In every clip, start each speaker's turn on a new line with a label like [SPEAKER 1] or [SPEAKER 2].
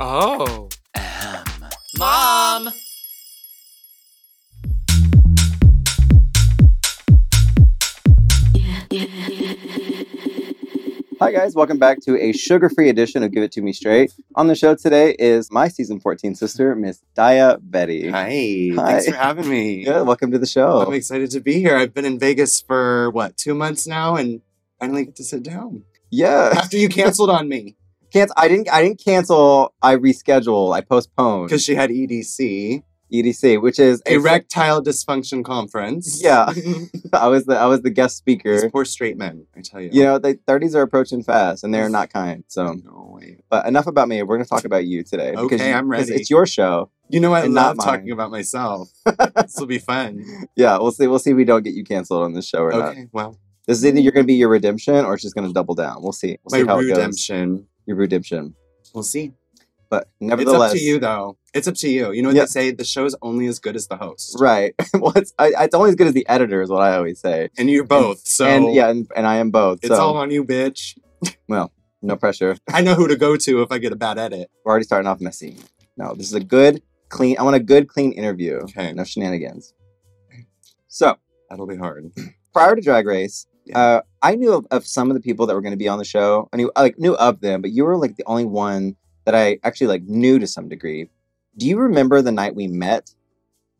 [SPEAKER 1] Oh.
[SPEAKER 2] Mom!
[SPEAKER 3] Hi, guys. Welcome back to a sugar free edition of Give It To Me Straight. On the show today is my season 14 sister, Miss Daya Betty.
[SPEAKER 2] Hi.
[SPEAKER 3] Hi.
[SPEAKER 2] Thanks for having me.
[SPEAKER 3] Yeah, welcome to the show.
[SPEAKER 2] I'm excited to be here. I've been in Vegas for what, two months now and finally get to sit down.
[SPEAKER 3] yeah.
[SPEAKER 2] After you canceled on me
[SPEAKER 3] Can't, I didn't I didn't cancel, I rescheduled, I postponed
[SPEAKER 2] because she had E EDC,
[SPEAKER 3] EDC, which is
[SPEAKER 2] erectile dysfunction conference.
[SPEAKER 3] Yeah.
[SPEAKER 2] These
[SPEAKER 3] I was the I was the guest speaker.
[SPEAKER 2] poor straight men, I tell you.
[SPEAKER 3] You know, the 30s are approaching fast and they're not kind. So,
[SPEAKER 2] No way.
[SPEAKER 3] but enough about me. We're going to talk about you today. because
[SPEAKER 2] Okay,
[SPEAKER 3] you-
[SPEAKER 2] I'm
[SPEAKER 3] because
[SPEAKER 2] ready.
[SPEAKER 3] It's your show.
[SPEAKER 2] You know, I
[SPEAKER 3] And not
[SPEAKER 2] love
[SPEAKER 3] mine.
[SPEAKER 2] talking about myself. this will be fun.
[SPEAKER 3] Yeah, we'll see. We'll see if we don't get you canceled on this show or not.
[SPEAKER 2] Okay, well,
[SPEAKER 3] This is either you're going to be your redemption or she's going to double down. We'll see. We'll see
[SPEAKER 2] my
[SPEAKER 3] how it goes.
[SPEAKER 2] redemption.
[SPEAKER 3] your redemption.
[SPEAKER 2] We'll see.
[SPEAKER 3] But
[SPEAKER 2] It's up
[SPEAKER 3] nevertheless,
[SPEAKER 2] to you, though. It's up to you. You know what
[SPEAKER 3] Yeah.
[SPEAKER 2] they say? The show's only as good as the host.
[SPEAKER 3] right? well, it's, I, it's only as good as the editor is what I always say.
[SPEAKER 2] And you're both. So
[SPEAKER 3] and yeah, and, and I am both.
[SPEAKER 2] it's
[SPEAKER 3] so
[SPEAKER 2] all on you, bitch.
[SPEAKER 3] no pressure.
[SPEAKER 2] I know who to go to if I get a bad edit.
[SPEAKER 3] We're already starting off messy. No, this is a good, clean. I want a good, clean interview.
[SPEAKER 2] Okay.
[SPEAKER 3] No shenanigans. So
[SPEAKER 2] That'll be hard.
[SPEAKER 3] prior to Drag Race,
[SPEAKER 2] Yeah.
[SPEAKER 3] uh, I knew of, of some of the people that were going to be on the show. I knew I, like knew of them, but you were like the only one that I actually like knew to some degree. Do you remember the night we met?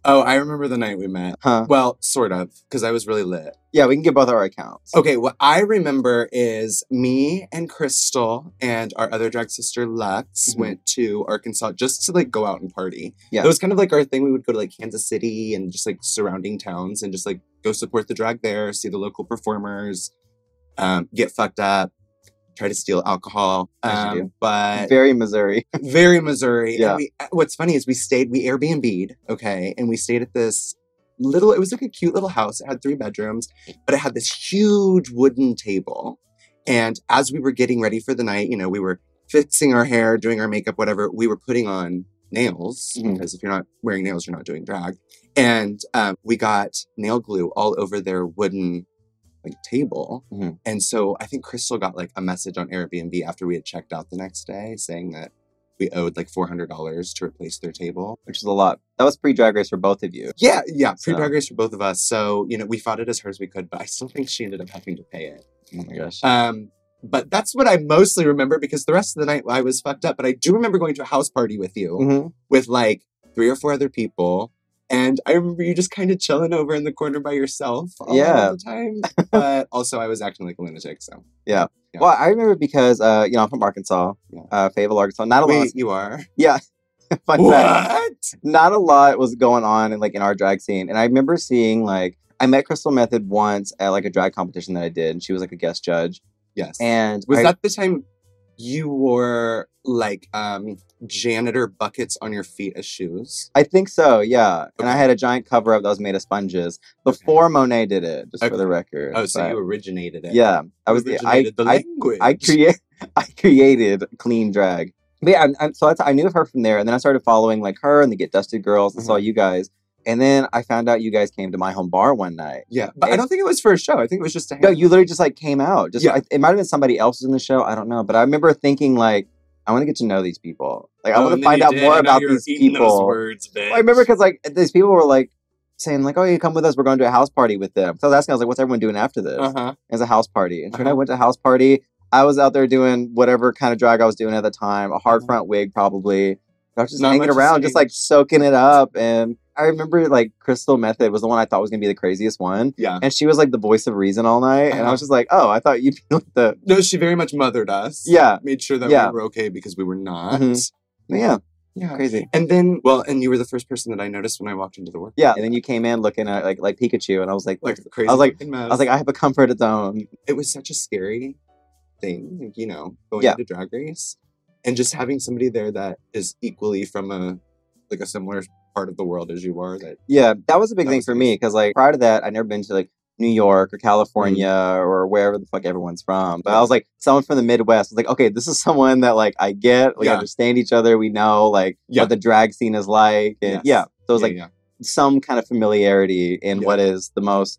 [SPEAKER 2] Oh, I remember the night we met.
[SPEAKER 3] Huh?
[SPEAKER 2] Well, sort of, because I was really lit.
[SPEAKER 3] Yeah, we can get both our accounts.
[SPEAKER 2] Okay, what I remember is me and Crystal and our other drag sister Lux
[SPEAKER 3] Mhm.
[SPEAKER 2] went to Arkansas just to like go out and party.
[SPEAKER 3] Yeah.
[SPEAKER 2] It was kind of like our thing. We would go to like Kansas City and just like surrounding towns and just like go support the drag there, see the local performers, um, get fucked up, try to steal alcohol.
[SPEAKER 3] As you
[SPEAKER 2] Um,
[SPEAKER 3] do.
[SPEAKER 2] but
[SPEAKER 3] Very Missouri.
[SPEAKER 2] very Missouri.
[SPEAKER 3] Yeah.
[SPEAKER 2] And we, uh, what's funny is we stayed, we Airbnb'd, okay, and we stayed at this little, it was like a cute little house. It had three bedrooms, but it had this huge wooden table. And as we were getting ready for the night, you know, we were fixing our hair, doing our makeup, whatever, we were putting on nails
[SPEAKER 3] Mhm.
[SPEAKER 2] because if you're not wearing nails, you're not doing drag. And um, we got nail glue all over their wooden like table.
[SPEAKER 3] Mhm.
[SPEAKER 2] And so I think Crystal got like a message on Airbnb after we had checked out the next day saying that we owed like four hundred dollars to replace their table.
[SPEAKER 3] which is a lot. That was pre Drag Race for both of you.
[SPEAKER 2] Yeah, yeah, pre
[SPEAKER 3] So-
[SPEAKER 2] drag race for both of us. So you know, we fought it as hard as we could, but I still think she ended up having to pay it.
[SPEAKER 3] Oh my gosh.
[SPEAKER 2] Um, but that's what I mostly remember because the rest of the night I was fucked up. But I do remember going to a house party with you
[SPEAKER 3] Mhm.
[SPEAKER 2] with like three or four other people. And I remember you just kind of chilling over in the corner by yourself all
[SPEAKER 3] Yeah.
[SPEAKER 2] the time. But also, I was acting like a lunatic. So Yeah.
[SPEAKER 3] Well, I remember because uh, you know I'm from Arkansas,
[SPEAKER 2] Yeah.
[SPEAKER 3] uh, Fayetteville, Arkansas. Not a
[SPEAKER 2] wait, you are
[SPEAKER 3] lot. Fun fact.
[SPEAKER 2] what?
[SPEAKER 3] not a lot was going on in like in our drag scene. And I remember seeing like I met Crystal Method once at like a drag competition that I did, and she was like a guest judge.
[SPEAKER 2] Yes.
[SPEAKER 3] And
[SPEAKER 2] Was
[SPEAKER 3] I-
[SPEAKER 2] that the time you wore like um janitor buckets on your feet as shoes?
[SPEAKER 3] I think so, yeah. And I
[SPEAKER 2] Okay.
[SPEAKER 3] had a giant cover up that was made of sponges
[SPEAKER 2] Okay.
[SPEAKER 3] before Monet did it, just for
[SPEAKER 2] Okay.
[SPEAKER 3] the record.
[SPEAKER 2] Oh, so
[SPEAKER 3] But,
[SPEAKER 2] you originated it.
[SPEAKER 3] yeah, I
[SPEAKER 2] You
[SPEAKER 3] was the I
[SPEAKER 2] originated the
[SPEAKER 3] I,
[SPEAKER 2] language.
[SPEAKER 3] I create I created clean drag. But yeah, I'm, I'm, so that's, I knew of her from there, and then I started following like her and the Get Dusted girls, and saw
[SPEAKER 2] Mm-hmm.
[SPEAKER 3] you guys, and then I found out you guys came to my home bar one night.
[SPEAKER 2] yeah, but I
[SPEAKER 3] And-
[SPEAKER 2] don't think it was for a show. I think it was just to hang
[SPEAKER 3] No,
[SPEAKER 2] out.
[SPEAKER 3] you literally just like came out. Just
[SPEAKER 2] Yeah.
[SPEAKER 3] I, it might have been somebody else in the show. I don't know, but I remember thinking like I want to get to know these people. Like I
[SPEAKER 2] Oh,
[SPEAKER 3] want to
[SPEAKER 2] and then
[SPEAKER 3] find
[SPEAKER 2] you
[SPEAKER 3] out
[SPEAKER 2] did,
[SPEAKER 3] more
[SPEAKER 2] and now
[SPEAKER 3] about
[SPEAKER 2] you're
[SPEAKER 3] these
[SPEAKER 2] eating those
[SPEAKER 3] people.
[SPEAKER 2] words,
[SPEAKER 3] Well, I remember
[SPEAKER 2] bitch.
[SPEAKER 3] because like these people were like saying like, "Oh, you come with us. We're going to a house party with them." So I was asking, I was like, "What's everyone doing after this?"
[SPEAKER 2] uh-huh.
[SPEAKER 3] It's a house party, and sure enough, I
[SPEAKER 2] Uh-huh.
[SPEAKER 3] went to a house party. I was out there doing whatever kind of drag I was doing at the time, a hard
[SPEAKER 2] Uh-huh.
[SPEAKER 3] front wig probably. I was just
[SPEAKER 2] Not
[SPEAKER 3] hanging
[SPEAKER 2] much has
[SPEAKER 3] around, just like soaking it up. And I remember like Crystal Method was the one I thought was gonna be the craziest one
[SPEAKER 2] Yeah.
[SPEAKER 3] and she was like the voice of reason all night, and I
[SPEAKER 2] Uh-huh.
[SPEAKER 3] was just like, oh, I thought you'd be like the
[SPEAKER 2] No, she very much mothered us.
[SPEAKER 3] Yeah.
[SPEAKER 2] Made sure that
[SPEAKER 3] Yeah.
[SPEAKER 2] we were okay because we were not.
[SPEAKER 3] Mhm. yeah,
[SPEAKER 2] Yeah.
[SPEAKER 3] crazy.
[SPEAKER 2] And then well, and you were the first person that I noticed when I walked into the work.
[SPEAKER 3] Yeah, and then you came in looking at like like Pikachu, and I was like,
[SPEAKER 2] Like a crazy
[SPEAKER 3] I was like,
[SPEAKER 2] fucking mess.
[SPEAKER 3] I was like, I have a comfort zone.
[SPEAKER 2] it was such a scary thing, like, you know, going
[SPEAKER 3] Yeah.
[SPEAKER 2] into drag race and just having somebody there that is equally from a like a similar part of the world as you are. That
[SPEAKER 3] Yeah, that was a big
[SPEAKER 2] That
[SPEAKER 3] thing
[SPEAKER 2] was
[SPEAKER 3] for
[SPEAKER 2] nice.
[SPEAKER 3] me because like prior to that, I'd never been to like New York or California or wherever the fuck everyone's from. But I
[SPEAKER 2] Yeah.
[SPEAKER 3] was like, someone from the Midwest I was like, okay, this is someone that like I get, we
[SPEAKER 2] Yeah.
[SPEAKER 3] understand each other, we know like
[SPEAKER 2] Yeah.
[SPEAKER 3] what the drag scene is like, and
[SPEAKER 2] Yes.
[SPEAKER 3] yeah, so it was
[SPEAKER 2] Yeah,
[SPEAKER 3] like
[SPEAKER 2] yeah.
[SPEAKER 3] some kind of familiarity in
[SPEAKER 2] Yeah.
[SPEAKER 3] what is the most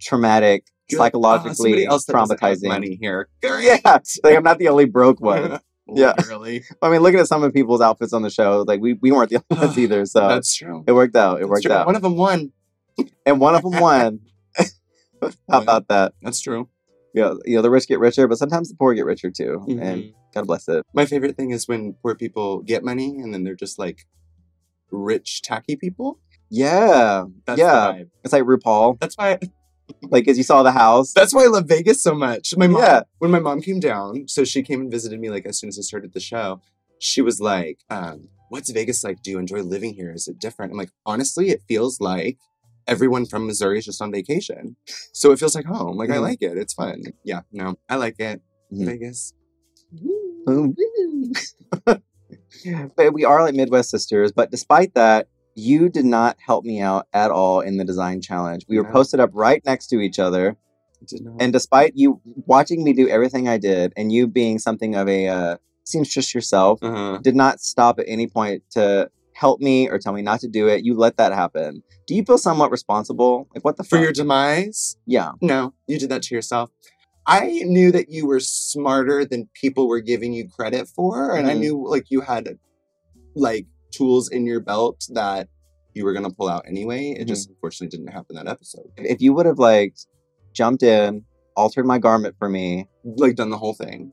[SPEAKER 3] traumatic,
[SPEAKER 2] You're like, "Ah,
[SPEAKER 3] psychologically
[SPEAKER 2] somebody else that doesn't have
[SPEAKER 3] traumatizing.
[SPEAKER 2] money here.
[SPEAKER 3] yeah, like I'm not the only broke one. Yeah.
[SPEAKER 2] really.
[SPEAKER 3] I mean, looking at some of people's outfits on the show, like we, we weren't the only ones either. So
[SPEAKER 2] That's true.
[SPEAKER 3] it worked out. It
[SPEAKER 2] That's
[SPEAKER 3] worked
[SPEAKER 2] true.
[SPEAKER 3] out.
[SPEAKER 2] One of them won.
[SPEAKER 3] and one of them won. How
[SPEAKER 2] Won.
[SPEAKER 3] about that?
[SPEAKER 2] That's true.
[SPEAKER 3] You know, you know, the rich get richer, but sometimes the poor get richer too. And
[SPEAKER 2] Mhm.
[SPEAKER 3] God bless it.
[SPEAKER 2] My favorite thing is when poor people get money and then they're just like rich, tacky people.
[SPEAKER 3] Yeah.
[SPEAKER 2] That's
[SPEAKER 3] Yeah.
[SPEAKER 2] the vibe.
[SPEAKER 3] It's like RuPaul.
[SPEAKER 2] That's why
[SPEAKER 3] Like, as you saw the house.
[SPEAKER 2] That's why I love Vegas so much. My mom,
[SPEAKER 3] Yeah.
[SPEAKER 2] when my mom came down, so she came and visited me like as soon as I started the show. She was like, um, "What's Vegas like? Do you enjoy living here? Is it different?" I'm like, honestly, it feels like everyone from Missouri is just on vacation, so it feels like home. Like I
[SPEAKER 3] Mhm.
[SPEAKER 2] like it. It's fun. Yeah, no, I like it.
[SPEAKER 3] Mhm.
[SPEAKER 2] Vegas.
[SPEAKER 3] Boom. but we are like Midwest sisters. But despite that, you did not help me out at all in the design challenge. We were
[SPEAKER 2] No.
[SPEAKER 3] posted up right next to each other.
[SPEAKER 2] I did not-
[SPEAKER 3] And despite you watching me do everything I did and you being something of a uh, seamstress yourself,
[SPEAKER 2] Uh-huh.
[SPEAKER 3] did not stop at any point to help me or tell me not to do it. You let that happen. Do you feel somewhat responsible? Like, what the
[SPEAKER 2] for
[SPEAKER 3] fuck?
[SPEAKER 2] your demise.
[SPEAKER 3] yeah.
[SPEAKER 2] No, you did that to yourself. I knew that you were smarter than people were giving you credit for, and I
[SPEAKER 3] Mhm.
[SPEAKER 2] knew like you had like tools in your belt that you were gonna pull out anyway. It
[SPEAKER 3] Mm-hmm.
[SPEAKER 2] just unfortunately didn't happen that episode.
[SPEAKER 3] If you would have like jumped in, altered my garment for me,
[SPEAKER 2] like done the whole thing.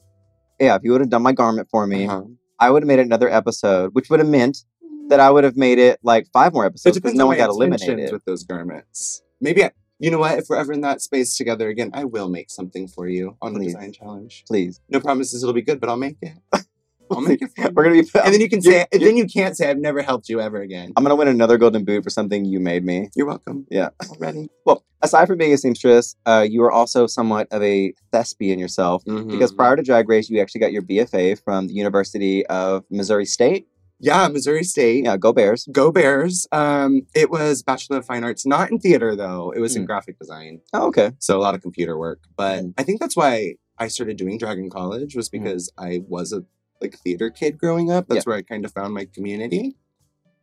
[SPEAKER 3] yeah, if you would have done my garment for me,
[SPEAKER 2] Uh-huh.
[SPEAKER 3] I would have made another episode, which would have meant that I would have made it like five more
[SPEAKER 2] It
[SPEAKER 3] episodes because
[SPEAKER 2] depends
[SPEAKER 3] no
[SPEAKER 2] on
[SPEAKER 3] one
[SPEAKER 2] my
[SPEAKER 3] got
[SPEAKER 2] intentions
[SPEAKER 3] eliminated.
[SPEAKER 2] with those garments. Maybe I, you know what? If we're ever in that space together again, I will make something for you on
[SPEAKER 3] Please.
[SPEAKER 2] the design challenge.
[SPEAKER 3] Please,
[SPEAKER 2] No promises it'll be good, but I'll make it. I'll make it. For you.
[SPEAKER 3] we're gonna be.
[SPEAKER 2] and then you can
[SPEAKER 3] You're-
[SPEAKER 2] say, and then you can't say I've never helped you ever again.
[SPEAKER 3] I'm gonna win another golden boot for something you made me.
[SPEAKER 2] You're welcome.
[SPEAKER 3] Yeah.
[SPEAKER 2] Already.
[SPEAKER 3] Well, aside from being a seamstress, uh, you are also somewhat of a thespian yourself
[SPEAKER 2] Mm-hmm.
[SPEAKER 3] because prior to Drag Race, you actually got your BFA from the University of Missouri State.
[SPEAKER 2] yeah, Missouri State.
[SPEAKER 3] Yeah, go Bears.
[SPEAKER 2] Go Bears. Um, it was Bachelor of Fine Arts, not in theater though. It was in
[SPEAKER 3] Mm.
[SPEAKER 2] graphic design,
[SPEAKER 3] Oh, okay.
[SPEAKER 2] so a lot of computer work. But
[SPEAKER 3] Mm.
[SPEAKER 2] I think that's why I started doing drag in college was
[SPEAKER 3] Mm-hmm.
[SPEAKER 2] because I was a like theater kid growing up. That's where I kind of found my community.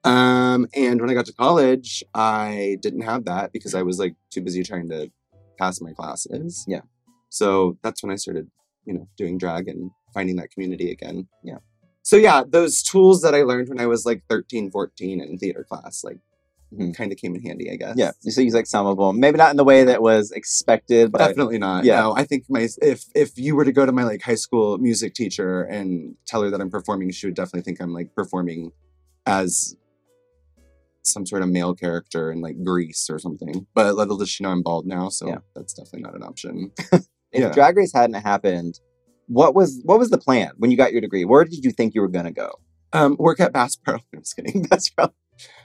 [SPEAKER 2] Um, and when I got to college, I didn't have that because I was like too busy trying to pass my classes.
[SPEAKER 3] Yeah.
[SPEAKER 2] So that's when I started, you know, doing drag and finding that community again.
[SPEAKER 3] Yeah.
[SPEAKER 2] So yeah, those tools that I learned when I was like 13, 14 in theater class, like
[SPEAKER 3] Mhm.
[SPEAKER 2] kind of came in handy, I guess.
[SPEAKER 3] Yeah, so you like some of them, maybe not in the way that was expected, but
[SPEAKER 2] Definitely not.
[SPEAKER 3] yeah.
[SPEAKER 2] No, I think my if if you were to go to my like high school music teacher and tell her that I'm performing, she would definitely think I'm like performing as some sort of male character in like Grease or something. But little does she know I'm bald now, so
[SPEAKER 3] Yeah.
[SPEAKER 2] that's definitely not an option.
[SPEAKER 3] if
[SPEAKER 2] yeah.
[SPEAKER 3] Drag Race hadn't happened, what was what was the plan when you got your degree? Where did you think you were gonna go?
[SPEAKER 2] Um, work at Bass Pro. I'm just kidding.
[SPEAKER 3] That's probably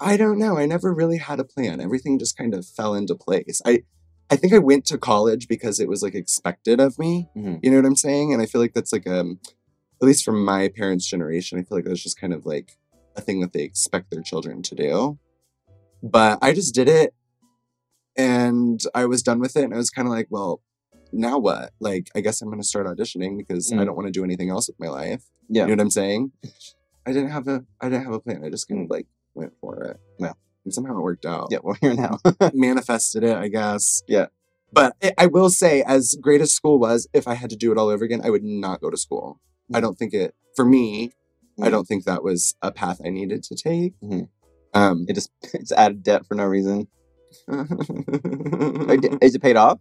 [SPEAKER 2] I don't know. I never really had a plan. Everything just kind of fell into place. I I think I went to college because it was like expected of me.
[SPEAKER 3] Mhm.
[SPEAKER 2] You know what I'm saying? And I feel like that's like um at least from my parents' generation, I feel like that's just kind of like a thing that they expect their children to do. But I just did it and I was done with it and I was kind of like, well, now what? Like I guess I'm going to start auditioning because I
[SPEAKER 3] Mm.
[SPEAKER 2] don't want to do anything else with my life.
[SPEAKER 3] Yeah.
[SPEAKER 2] You know what I'm saying? I didn't have a I didn't have a plan. I just kind of like went for it.
[SPEAKER 3] Yeah.
[SPEAKER 2] And somehow it worked out.
[SPEAKER 3] yeah. We're here now.
[SPEAKER 2] Manifested it, I guess.
[SPEAKER 3] Yeah.
[SPEAKER 2] But I- I will say, as great as school was, if I had to do it all over again, I would not go to school. I
[SPEAKER 3] Mhm.
[SPEAKER 2] don't think it, for me, I
[SPEAKER 3] Mhm.
[SPEAKER 2] don't think that was a path I needed to take.
[SPEAKER 3] Mhm.
[SPEAKER 2] Um,
[SPEAKER 3] It just it's added debt for no reason. Or
[SPEAKER 2] it,
[SPEAKER 3] d- Is it paid off?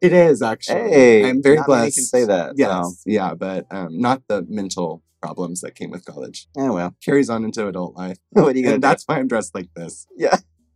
[SPEAKER 2] it is actually.
[SPEAKER 3] Hey,
[SPEAKER 2] I'm very
[SPEAKER 3] Mm-hmm. not many
[SPEAKER 2] blessed.
[SPEAKER 3] can say that.
[SPEAKER 2] Yes.
[SPEAKER 3] so,
[SPEAKER 2] Yeah. But um, not the mental problems that came with college.
[SPEAKER 3] Oh well.
[SPEAKER 2] Carries on into adult life.
[SPEAKER 3] What are you gonna?
[SPEAKER 2] And
[SPEAKER 3] do?
[SPEAKER 2] that's why I'm dressed like this.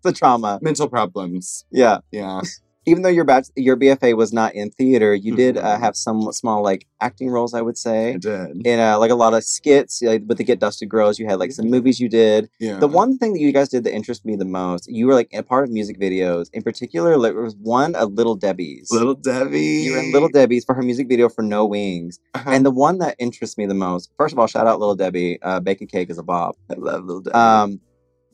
[SPEAKER 3] the trauma.
[SPEAKER 2] Mental problems.
[SPEAKER 3] Yeah.
[SPEAKER 2] Yeah.
[SPEAKER 3] Even though your bach- your BFA was not in theater, you did uh,
[SPEAKER 2] Mhm.
[SPEAKER 3] have some small like acting roles, I would
[SPEAKER 2] I
[SPEAKER 3] say,
[SPEAKER 2] did.
[SPEAKER 3] and uh, like a lot of skits. Like with the Get Dusted Girls, you had like some
[SPEAKER 2] Yeah.
[SPEAKER 3] movies you did.
[SPEAKER 2] Yeah.
[SPEAKER 3] The one thing that you guys did that interested me the most, you were like a part of music videos. In particular, like, there was one of Little Debbie's.
[SPEAKER 2] Little Debbie.
[SPEAKER 3] you were in Little Debbie's for her music video for No Wings.
[SPEAKER 2] Uh-huh.
[SPEAKER 3] And the one that interests me the most, first of all, shout out Little Debbie. Uh, Bake a Cake is a bop.
[SPEAKER 2] I love Little Debbie.
[SPEAKER 3] Um,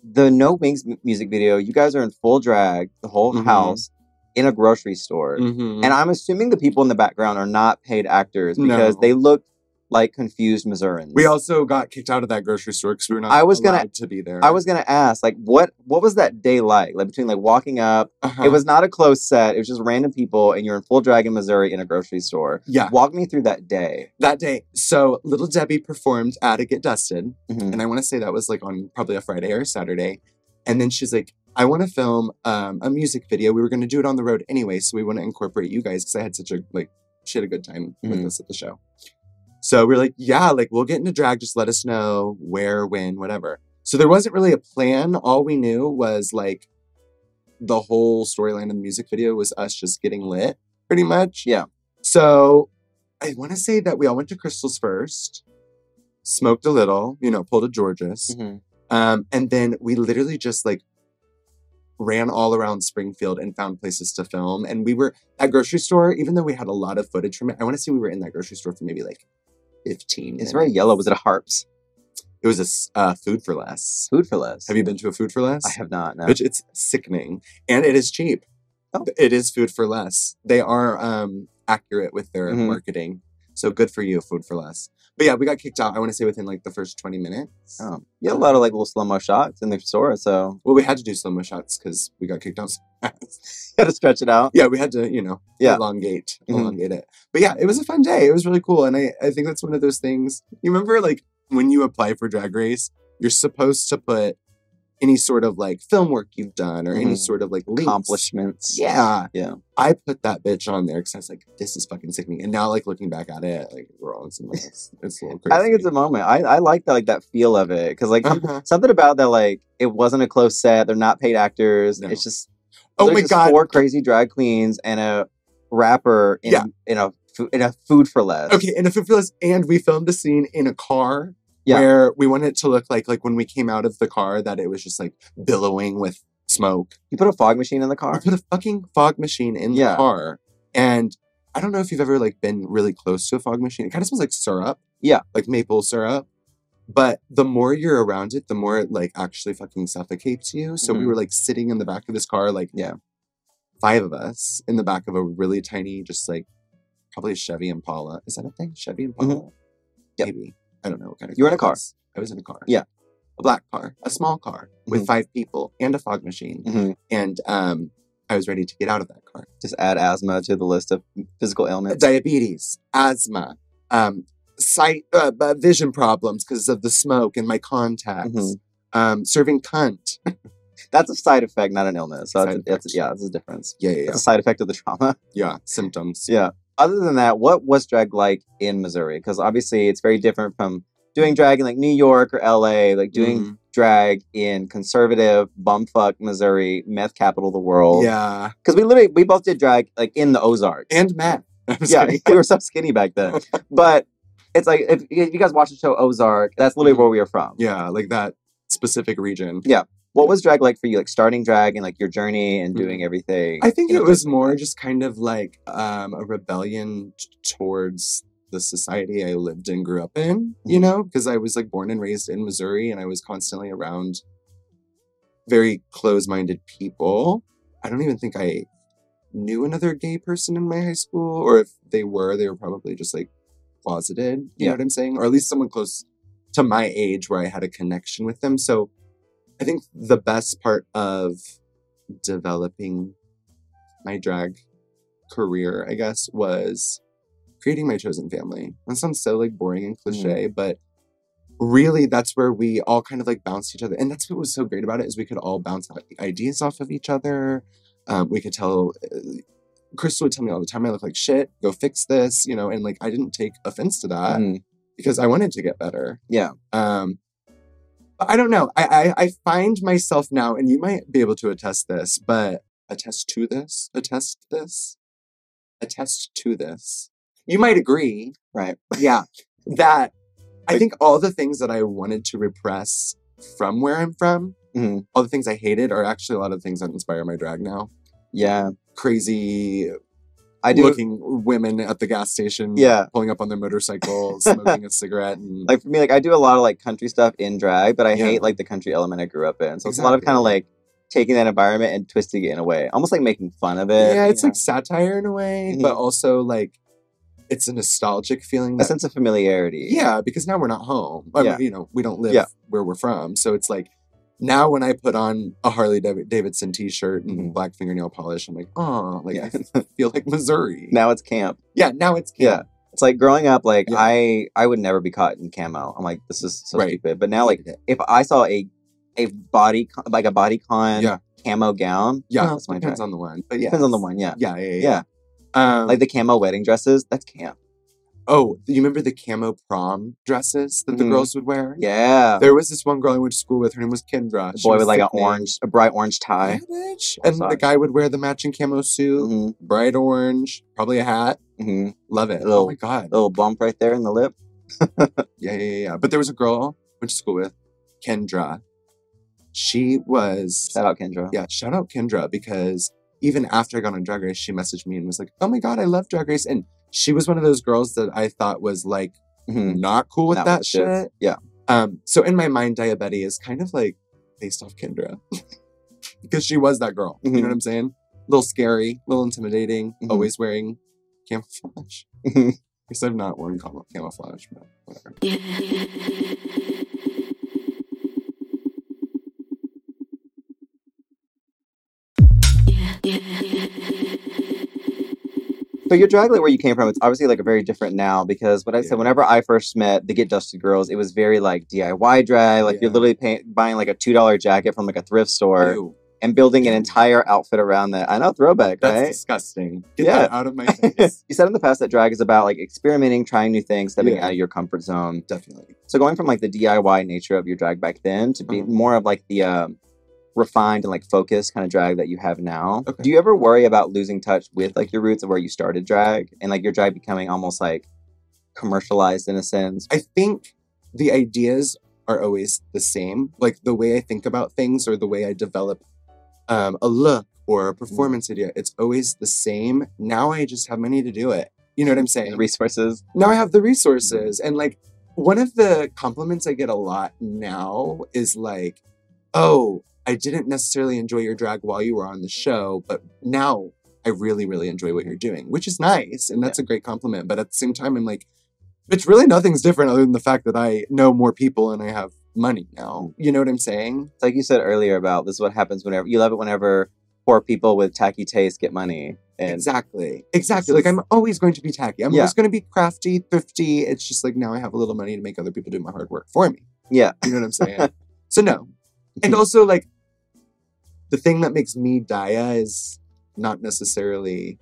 [SPEAKER 3] the No Wings m- music video, you guys are in full drag, the whole
[SPEAKER 2] Mhm.
[SPEAKER 3] house, in a grocery store.
[SPEAKER 2] Mhm.
[SPEAKER 3] And I'm assuming the people in the background are not paid actors because
[SPEAKER 2] No.
[SPEAKER 3] they looked like confused Missourians.
[SPEAKER 2] We also got kicked out of that grocery store because we were not.
[SPEAKER 3] I was gonna-
[SPEAKER 2] allowed to be there.
[SPEAKER 3] I was gonna ask, like, what what was that day like? Like between like walking up,
[SPEAKER 2] Uh-huh.
[SPEAKER 3] it was not a close set. It was just random people, and you're in full drag in Missouri in a grocery store.
[SPEAKER 2] Yeah,
[SPEAKER 3] Walk me through that day.
[SPEAKER 2] that day. So Little Debbie performed at a Get Dusted,
[SPEAKER 3] Mhm.
[SPEAKER 2] and I want to say that was like on probably a Friday or a Saturday. And then she's like, "I want to film um, a music video. We were going to do it on the road anyway, so we want to incorporate you guys because I had such a like she had a good time with
[SPEAKER 3] Mhm.
[SPEAKER 2] us at the show." So we're like, "Yeah, like we'll get into drag. Just let us know where, when, whatever." So there wasn't really a plan. All we knew was like the whole storyline of the music video was us just getting lit, pretty much.
[SPEAKER 3] Yeah.
[SPEAKER 2] So I want to say that we all went to Crystals first, smoked a little, you know, pulled a Georges,
[SPEAKER 3] Mhm.
[SPEAKER 2] um, and then we literally just like ran all around Springfield and found places to film. And we were at grocery store, even though we had a lot of footage from it. I want to say we were in that grocery store for maybe like fifteen.
[SPEAKER 3] It's very
[SPEAKER 2] minutes.
[SPEAKER 3] yellow. Was it a harps?
[SPEAKER 2] It was a s- uh, food for less.
[SPEAKER 3] Food for less.
[SPEAKER 2] Have you been to a food for less?
[SPEAKER 3] I have not. No.
[SPEAKER 2] Which it's sickening, and it is cheap.
[SPEAKER 3] Oh.
[SPEAKER 2] It is food for less. They are um, accurate with their
[SPEAKER 3] Mhm.
[SPEAKER 2] marketing, so good for you, food for less. But yeah, we got kicked out. I want to say within like the first twenty minutes.
[SPEAKER 3] Oh. You had a lot of like little slow mo shots in the store, so
[SPEAKER 2] Well, we had to do slow mo shots because we got kicked out. so fast.
[SPEAKER 3] you got to stretch it out.
[SPEAKER 2] yeah, we had to, you know,
[SPEAKER 3] Yeah.
[SPEAKER 2] elongate,
[SPEAKER 3] Mhm.
[SPEAKER 2] elongate it. But yeah, it was a fun day. It was really cool, and I, I think that's one of those things. You remember, like when you apply for Drag Race, you're supposed to put any sort of like film work you've done or any
[SPEAKER 3] Mhm.
[SPEAKER 2] sort of like links.
[SPEAKER 3] Accomplishments.
[SPEAKER 2] Uh, Yeah.
[SPEAKER 3] Yeah.
[SPEAKER 2] I put that bitch on there because I was like, this is fucking sickening. And now, like looking back at it, like we're all in some like, it's, it's a little crazy.
[SPEAKER 3] I think it's a moment. I, I like that like that feel of it because like some-
[SPEAKER 2] Uh-huh.
[SPEAKER 3] something about that like it wasn't a close set. They're not paid actors.
[SPEAKER 2] No.
[SPEAKER 3] It's just
[SPEAKER 2] oh
[SPEAKER 3] there's
[SPEAKER 2] my
[SPEAKER 3] just
[SPEAKER 2] god,
[SPEAKER 3] four crazy drag queens and a rapper in
[SPEAKER 2] Yeah.
[SPEAKER 3] in a fu- in a food for less.
[SPEAKER 2] okay and if it feels and we filmed a scene in a car
[SPEAKER 3] Yeah.
[SPEAKER 2] where we wanted it to look like like when we came out of the car that it was just like billowing with smoke
[SPEAKER 3] You put a fog machine in the car.
[SPEAKER 2] we put a fucking fog machine in the
[SPEAKER 3] Yeah.
[SPEAKER 2] car and i don't know if you've ever like been really close to a fog machine it kind of smells like syrup
[SPEAKER 3] Yeah.
[SPEAKER 2] like maple syrup but the more you're around it the more it like actually fucking suffocates you so we
[SPEAKER 3] Mhm.
[SPEAKER 2] were like sitting in the back of this car like
[SPEAKER 3] Yeah.
[SPEAKER 2] five of us in the back of a really tiny just like probably a Chevy Impala. Is that a thing? Chevy Impala?
[SPEAKER 3] Mm-hmm. Yep.
[SPEAKER 2] Maybe. I don't know what kind of
[SPEAKER 3] You were in a
[SPEAKER 2] it
[SPEAKER 3] car.
[SPEAKER 2] was. I was in a car.
[SPEAKER 3] Yeah. Mm-hmm.
[SPEAKER 2] A black car, a small car with five people and a fog machine.
[SPEAKER 3] Mhm.
[SPEAKER 2] And um, I was ready to get out of that car.
[SPEAKER 3] Just add asthma to the list of physical ailments.
[SPEAKER 2] Diabetes, asthma, um, sight, uh, bu- vision problems because of the smoke and my contacts.
[SPEAKER 3] Mhm.
[SPEAKER 2] Um, serving cunt.
[SPEAKER 3] That's a side effect, not an illness. So that's,
[SPEAKER 2] Side
[SPEAKER 3] that's
[SPEAKER 2] effect.
[SPEAKER 3] yeah, that's a difference.
[SPEAKER 2] Yeah, yeah, yeah.
[SPEAKER 3] It's a side effect of the trauma.
[SPEAKER 2] yeah. Symptoms.
[SPEAKER 3] Yeah. Other than that, what was drag like in Missouri? Because obviously it's very different from doing drag in like New York or LA, like doing
[SPEAKER 2] Mhm.
[SPEAKER 3] drag in conservative bumfuck Missouri, meth capital of the world.
[SPEAKER 2] Yeah.
[SPEAKER 3] Because we literally we both did drag like in the Ozarks.
[SPEAKER 2] And Matt.
[SPEAKER 3] yeah, we were so skinny back then. But it's like if if you guys watch the show Ozark, that's literally where we are from.
[SPEAKER 2] Mm-hmm. Yeah, like that specific region.
[SPEAKER 3] What was drag like for you? Like starting drag and like your journey and doing everything.
[SPEAKER 2] Mm-hmm. I think
[SPEAKER 3] in a
[SPEAKER 2] it
[SPEAKER 3] place
[SPEAKER 2] was
[SPEAKER 3] like
[SPEAKER 2] more
[SPEAKER 3] that?
[SPEAKER 2] just kind of like um, a rebellion t- towards the society I lived and grew up in, you
[SPEAKER 3] Mhm.
[SPEAKER 2] know, because I was like born and raised in Missouri and I was constantly around very close minded people. I don't even think I knew another gay person in my high school, or if they were, they were probably just like closeted. You
[SPEAKER 3] Yeah.
[SPEAKER 2] know what I'm saying? Or at least someone close to my age where I had a connection with them. So I think the best part of developing my drag career, I guess, was creating my chosen family. That sounds so like boring and cliche, but really that's where we all kind of like bounced each other. And that's what was so great about it is we could all bounce like, ideas off of each other. Um, we could tell uh, Crystal would tell me all the time, I look like shit, go fix this, you know, and like I didn't take offense to that
[SPEAKER 3] Mhm.
[SPEAKER 2] because I wanted to get better.
[SPEAKER 3] Yeah.
[SPEAKER 2] Um, but I don't know. I, I I find myself now, and you might be able to attest this, but attest to this, attest this, attest to this. You might agree,
[SPEAKER 3] right.
[SPEAKER 2] yeah, that I
[SPEAKER 3] Like-
[SPEAKER 2] think all the things that I wanted to repress from where I'm from,
[SPEAKER 3] Mhm.
[SPEAKER 2] all the things I hated, are actually a lot of things that inspire my drag now.
[SPEAKER 3] Yeah.
[SPEAKER 2] Crazy
[SPEAKER 3] I do
[SPEAKER 2] looking women at the gas station,
[SPEAKER 3] Yeah.
[SPEAKER 2] pulling up on their motorcycle, smoking a cigarette, and
[SPEAKER 3] like for me, like I do a lot of like country stuff in drag, but I
[SPEAKER 2] Yeah.
[SPEAKER 3] hate like the country element I grew up in. So it's a lot of kind of
[SPEAKER 2] Exactly.
[SPEAKER 3] like taking that environment and twisting it in a way, almost like making fun of it.
[SPEAKER 2] yeah,
[SPEAKER 3] you
[SPEAKER 2] it's
[SPEAKER 3] know?
[SPEAKER 2] like satire in a way, but also like it's a nostalgic feeling.
[SPEAKER 3] a
[SPEAKER 2] That,
[SPEAKER 3] sense of familiarity.
[SPEAKER 2] yeah, because now we're not home. I
[SPEAKER 3] Yeah.
[SPEAKER 2] mean, you know, we don't live
[SPEAKER 3] Yeah.
[SPEAKER 2] where we're from. So it's like now when I put on a Harley Dav- Davidson t-shirt and
[SPEAKER 3] Mhm.
[SPEAKER 2] black fingernail polish, I'm like, oh, like
[SPEAKER 3] Yeah.
[SPEAKER 2] I feel like Missouri.
[SPEAKER 3] Now it's camp.
[SPEAKER 2] yeah, now it's
[SPEAKER 3] Yeah.
[SPEAKER 2] camp.
[SPEAKER 3] It's like growing up, like
[SPEAKER 2] Yeah.
[SPEAKER 3] I I would never be caught in camo. I'm like, this is so
[SPEAKER 2] Right.
[SPEAKER 3] stupid. But now, like if I saw a a body con- like a body con
[SPEAKER 2] Yeah.
[SPEAKER 3] camo gown,
[SPEAKER 2] yeah,
[SPEAKER 3] oh,
[SPEAKER 2] yeah
[SPEAKER 3] that's my
[SPEAKER 2] depends
[SPEAKER 3] dress.
[SPEAKER 2] on the one, but yeah,
[SPEAKER 3] Depends on the one, yeah.
[SPEAKER 2] Yeah, yeah, yeah.
[SPEAKER 3] Yeah.
[SPEAKER 2] Um,
[SPEAKER 3] Like the camo wedding dresses, that's camp.
[SPEAKER 2] oh, you remember the camo prom dresses that the
[SPEAKER 3] Mhm.
[SPEAKER 2] girls would wear?
[SPEAKER 3] Yeah.
[SPEAKER 2] There was this one girl I went to school with. Her name was Kendra.
[SPEAKER 3] A
[SPEAKER 2] She
[SPEAKER 3] boy
[SPEAKER 2] was
[SPEAKER 3] with like an
[SPEAKER 2] sick named-
[SPEAKER 3] orange, a bright orange tie.
[SPEAKER 2] Yeah, bitch.
[SPEAKER 3] I'm
[SPEAKER 2] And
[SPEAKER 3] sorry.
[SPEAKER 2] the guy would wear the matching camo suit,
[SPEAKER 3] hmm
[SPEAKER 2] bright orange, probably a hat.
[SPEAKER 3] hmm
[SPEAKER 2] Love it. Oh
[SPEAKER 3] Little-
[SPEAKER 2] my god.
[SPEAKER 3] Little bump right there in the lip.
[SPEAKER 2] Yeah, yeah, yeah, yeah. But there was a girl I went to school with, Kendra. She was
[SPEAKER 3] Shout out Kendra.
[SPEAKER 2] yeah. Shout out Kendra because even after I got on Drag Race, she messaged me and was like, "Oh my god, I love Drag Race." And she was one of those girls that I thought was like
[SPEAKER 3] Mhm.
[SPEAKER 2] not cool with
[SPEAKER 3] Not
[SPEAKER 2] that
[SPEAKER 3] the
[SPEAKER 2] shit.
[SPEAKER 3] shits. Yeah.
[SPEAKER 2] Um, so in my mind, Diabetti is kind of like based off Kendra because she was that girl. You know
[SPEAKER 3] Mhm.
[SPEAKER 2] what I'm saying? A little scary, a little intimidating,
[SPEAKER 3] Mhm.
[SPEAKER 2] always wearing camouflage.
[SPEAKER 3] Mhm.
[SPEAKER 2] Because I've not worn camo- camouflage, but whatever.
[SPEAKER 3] So your drag like where you came from, it's obviously like very different now because what I
[SPEAKER 2] Yeah.
[SPEAKER 3] said whenever I first met the Get Dusted Girls, it was very like DIY drag. Like you're
[SPEAKER 2] Yeah.
[SPEAKER 3] literally paying, buying like a two dollar jacket from like a thrift store
[SPEAKER 2] Ew,
[SPEAKER 3] and building an
[SPEAKER 2] Ew.
[SPEAKER 3] entire outfit around that. I know throwback,
[SPEAKER 2] that's
[SPEAKER 3] right?
[SPEAKER 2] disgusting. Get
[SPEAKER 3] Yeah.
[SPEAKER 2] that out of my face.
[SPEAKER 3] you said in the past that drag is about like experimenting, trying new things, stepping
[SPEAKER 2] Yeah.
[SPEAKER 3] out of your comfort zone.
[SPEAKER 2] Definitely.
[SPEAKER 3] So going from like the DIY nature of your drag back then to be
[SPEAKER 2] Uh-huh.
[SPEAKER 3] more of like the um, refined and like focused kind of drag that you have now.
[SPEAKER 2] Okay.
[SPEAKER 3] Do you ever worry about losing touch with like your roots of where you started drag and like your drag becoming almost like commercialized in a sense?
[SPEAKER 2] I think the ideas are always the same. Like the way I think about things or the way I develop um, a look or
[SPEAKER 3] Mm-hmm.
[SPEAKER 2] a performance idea, it's always the same. Now I just have money to do it. You know what I'm
[SPEAKER 3] The
[SPEAKER 2] saying?
[SPEAKER 3] resources.
[SPEAKER 2] now I have the resources. And like one of the compliments I get a lot now is like, oh, I didn't necessarily enjoy your drag while you were on the show, but now I really, really enjoy what you're doing, which is nice. And that's a great compliment. But at the same time, I'm like, it's really nothing's different other than the fact that I know more people and I have money
[SPEAKER 3] Mm.
[SPEAKER 2] now. You know what I'm saying?
[SPEAKER 3] It's like you said earlier about this is what happens whenever you love it whenever poor people with tacky taste get money. And
[SPEAKER 2] exactly. Exactly.
[SPEAKER 3] This
[SPEAKER 2] Like I'm always going to be tacky. I'm
[SPEAKER 3] Yeah.
[SPEAKER 2] always going to be crafty, thrifty. It's just like now I have a little money to make other people do my hard work for me.
[SPEAKER 3] yeah.
[SPEAKER 2] You know what I'm saying? so no. And also like the thing that makes me Daya is not necessarily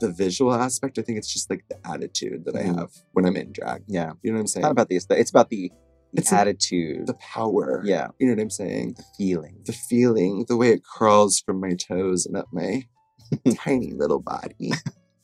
[SPEAKER 2] the visual aspect. I think it's just like the attitude that
[SPEAKER 3] Mhm.
[SPEAKER 2] I have when I'm in drag.
[SPEAKER 3] Yeah.
[SPEAKER 2] You know what I'm
[SPEAKER 3] It's
[SPEAKER 2] saying?
[SPEAKER 3] not about the aesthetic. It's about the, the
[SPEAKER 2] It's a-
[SPEAKER 3] attitude.
[SPEAKER 2] the power.
[SPEAKER 3] yeah.
[SPEAKER 2] You know what I'm saying?
[SPEAKER 3] The feeling.
[SPEAKER 2] The feeling, the way it crawls from my toes and up my tiny little body.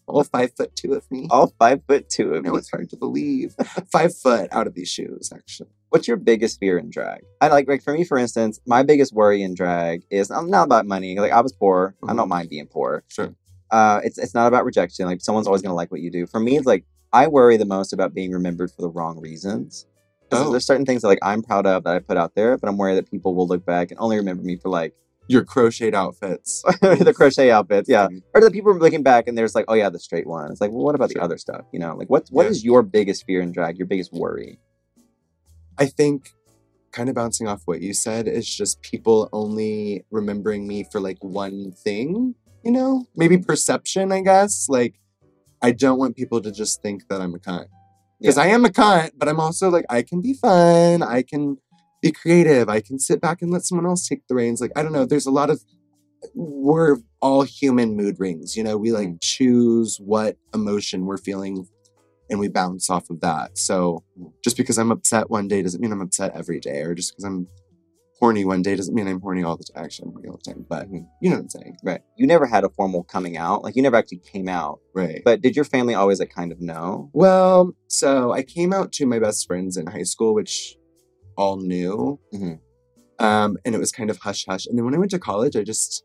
[SPEAKER 2] All five foot two of me.
[SPEAKER 3] All five foot two of
[SPEAKER 2] No,
[SPEAKER 3] you.
[SPEAKER 2] it's hard to believe. Five foot out of these shoes, actually.
[SPEAKER 3] What's your biggest fear in drag? I like, like for me, for instance, my biggest worry in drag is I'm not about money. Like I was poor. I don't
[SPEAKER 2] Mhm.
[SPEAKER 3] mind being poor.
[SPEAKER 2] Sure.
[SPEAKER 3] Uh, it's it's not about rejection. Like someone's always gonna like what you do. For me, it's like I worry the most about being remembered for the wrong reasons. 'Cause
[SPEAKER 2] Oh.
[SPEAKER 3] There's certain things that like I'm proud of that I put out there, but I'm worried that people will look back and only remember me for like
[SPEAKER 2] Your crocheted outfits.
[SPEAKER 3] the crochet outfits, yeah,
[SPEAKER 2] Mm.
[SPEAKER 3] or the people are looking back and there's like, oh yeah, the straight one. It's like, well, what about
[SPEAKER 2] Sure.
[SPEAKER 3] the other stuff? You know, like what's what is
[SPEAKER 2] Yeah.
[SPEAKER 3] your biggest fear in drag? Your biggest worry?
[SPEAKER 2] I think kind of bouncing off what you said is just people only remembering me for like one thing, you know? Maybe perception, I guess. Like I don't want people to just think that I'm a cunt. Because
[SPEAKER 3] Yeah.
[SPEAKER 2] I am a cunt, but I'm also like I can be fun, I can be creative, I can sit back and let someone else take the reins. Like I don't know, there's a lot of we're all human mood rings, you know, we like choose what emotion we're feeling and we bounce off of that. So just because I'm upset one day doesn't mean I'm upset every day, or just because I'm horny one day doesn't mean I'm horny all the time. Actually, I'm horny all the time, but
[SPEAKER 3] Mhm.
[SPEAKER 2] you know what I'm saying,
[SPEAKER 3] Right. You never had a formal coming out. Like you never actually came out.
[SPEAKER 2] right?
[SPEAKER 3] But did your family always like kind of know?
[SPEAKER 2] well, so I came out to my best friends in high school, which all knew,
[SPEAKER 3] Mhm.
[SPEAKER 2] um, and it was kind of hush hush. And then when I went to college, I just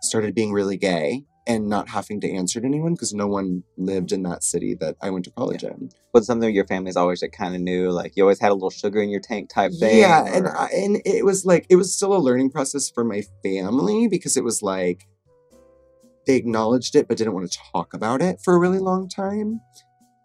[SPEAKER 2] started being really gay and not having to answer to anyone because no one lived in that city that I went to college in.
[SPEAKER 3] Was it something your family's always like kind of knew? Like you always had a little sugar in your tank type thing.
[SPEAKER 2] Yeah, and
[SPEAKER 3] or-
[SPEAKER 2] I, and it was like it was still a learning process for my family because it was like they acknowledged it but didn't want to talk about it for a really long time.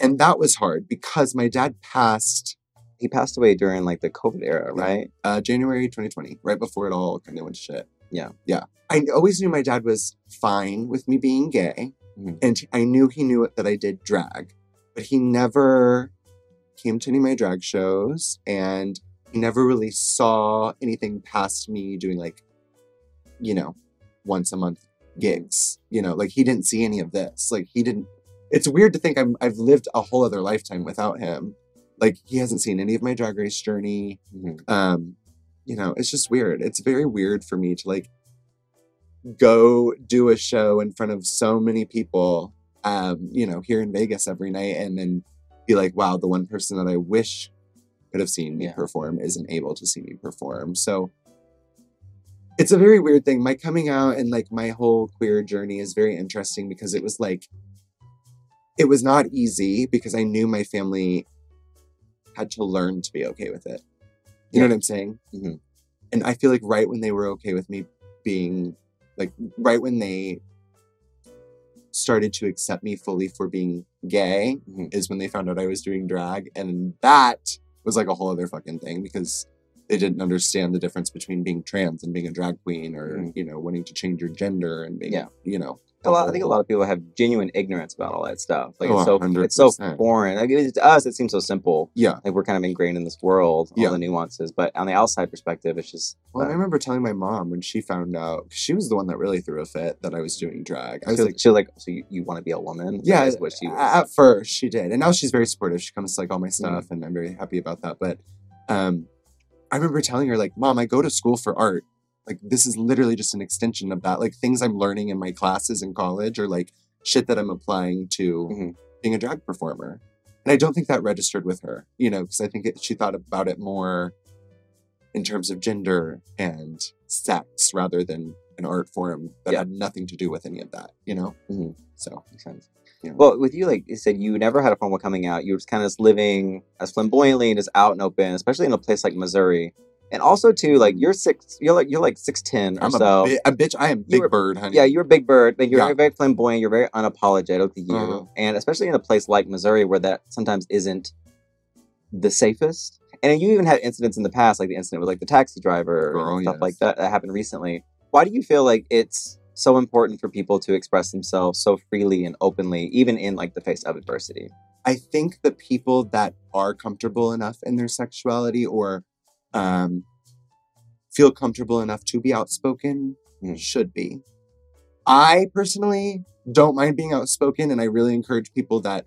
[SPEAKER 2] And that was hard because my dad passed
[SPEAKER 3] He passed away during like the COVID era,
[SPEAKER 2] Yeah.
[SPEAKER 3] right?
[SPEAKER 2] uh, January 2020, right before it all kind of went to shit.
[SPEAKER 3] Yeah.
[SPEAKER 2] Yeah. I always knew my dad was fine with me being gay.
[SPEAKER 3] Mhm.
[SPEAKER 2] And I knew he knew that I did drag, but he never came to any of my drag shows and he never really saw anything past me doing like, you know, once a month gigs. You know, like he didn't see any of this. Like he didn't. It's weird to think I'm, I've lived a whole other lifetime without him. Like he hasn't seen any of my drag race journey
[SPEAKER 3] Mm-hmm.
[SPEAKER 2] um you know it's just weird it's very weird for me to like go do a show in front of so many people um you know here in vegas every night and then be like wow the one person that i wish could have seen me
[SPEAKER 3] Yeah.
[SPEAKER 2] perform isn't able to see me perform so it's a very weird thing my coming out and like my whole queer journey is very interesting because it was like it was not easy because i knew my family had to learn to be okay with it you know
[SPEAKER 3] Yeah.
[SPEAKER 2] what I'm saying?
[SPEAKER 3] Mhm.
[SPEAKER 2] And I feel like right when they were okay with me being, like, right when they started to accept me fully for being gay
[SPEAKER 3] Mhm.
[SPEAKER 2] is when they found out I was doing drag. And that was like a whole other fucking thing because they didn't understand the difference between being trans and being a drag queen or,
[SPEAKER 3] Mhm.
[SPEAKER 2] you know, wanting to change your gender and being,
[SPEAKER 3] Yeah.
[SPEAKER 2] you know.
[SPEAKER 3] A lot, I think a lot of people have genuine ignorance about all that stuff. Like
[SPEAKER 2] Oh,
[SPEAKER 3] it's so, it's so
[SPEAKER 2] 100%.
[SPEAKER 3] foreign. Like, it- to us, it seems so simple.
[SPEAKER 2] Yeah.
[SPEAKER 3] Like we're kind of ingrained in this world,
[SPEAKER 2] Yeah.
[SPEAKER 3] all the nuances. But on the outside perspective, it's just
[SPEAKER 2] Well, I
[SPEAKER 3] uh,
[SPEAKER 2] remember telling my mom when she found out, 'cause she was the one that really threw a fit that I was doing drag. I was
[SPEAKER 3] she,
[SPEAKER 2] like,
[SPEAKER 3] was, she was like, so you, you want to be a woman? Like,
[SPEAKER 2] Yeah,
[SPEAKER 3] is what she Mm. was.
[SPEAKER 2] A- Uh, at first she did and now she's very supportive she comes to like all my stuff and i'm very happy about that but um i remember telling her like mom i go to school for art like this is literally just an extension of that like things i'm learning in my classes in college or like shit that i'm applying to
[SPEAKER 3] Mhm.
[SPEAKER 2] being a drag performer and i don't think that registered with her you know because i think it, she thought about it more in terms of gender and sex rather than an art form that
[SPEAKER 3] Yeah.
[SPEAKER 2] had nothing to do with any of that you know
[SPEAKER 3] Mhm.
[SPEAKER 2] so
[SPEAKER 3] Makes sense.
[SPEAKER 2] Yeah.
[SPEAKER 3] Well, with you, like you said, you never had a problem coming out. You were just kind of just living as flamboyantly and just out and open, especially in a place like Missouri. And also too, like you're six, you're like you're like six ten or
[SPEAKER 2] I'm
[SPEAKER 3] so.
[SPEAKER 2] a, bi- a bitch. I am big
[SPEAKER 3] were-
[SPEAKER 2] bird, honey.
[SPEAKER 3] yeah, you're a big bird. Like you're
[SPEAKER 2] Yeah.
[SPEAKER 3] very flamboyant. You're very unapologetic to you,
[SPEAKER 2] Uh-huh.
[SPEAKER 3] and especially in a place like Missouri, where that sometimes isn't the safest. And you even had incidents in the past, like the incident with like the taxi driver
[SPEAKER 2] Girl,
[SPEAKER 3] and stuff like
[SPEAKER 2] Oh, yes.
[SPEAKER 3] that that happened recently. Why do you feel like it's so important for people to express themselves so freely and openly, even in like the face of adversity?
[SPEAKER 2] I think the people that are comfortable enough in their sexuality or um, feel comfortable enough to be outspoken
[SPEAKER 3] Mm.
[SPEAKER 2] should be. I personally don't mind being outspoken, and I really encourage people that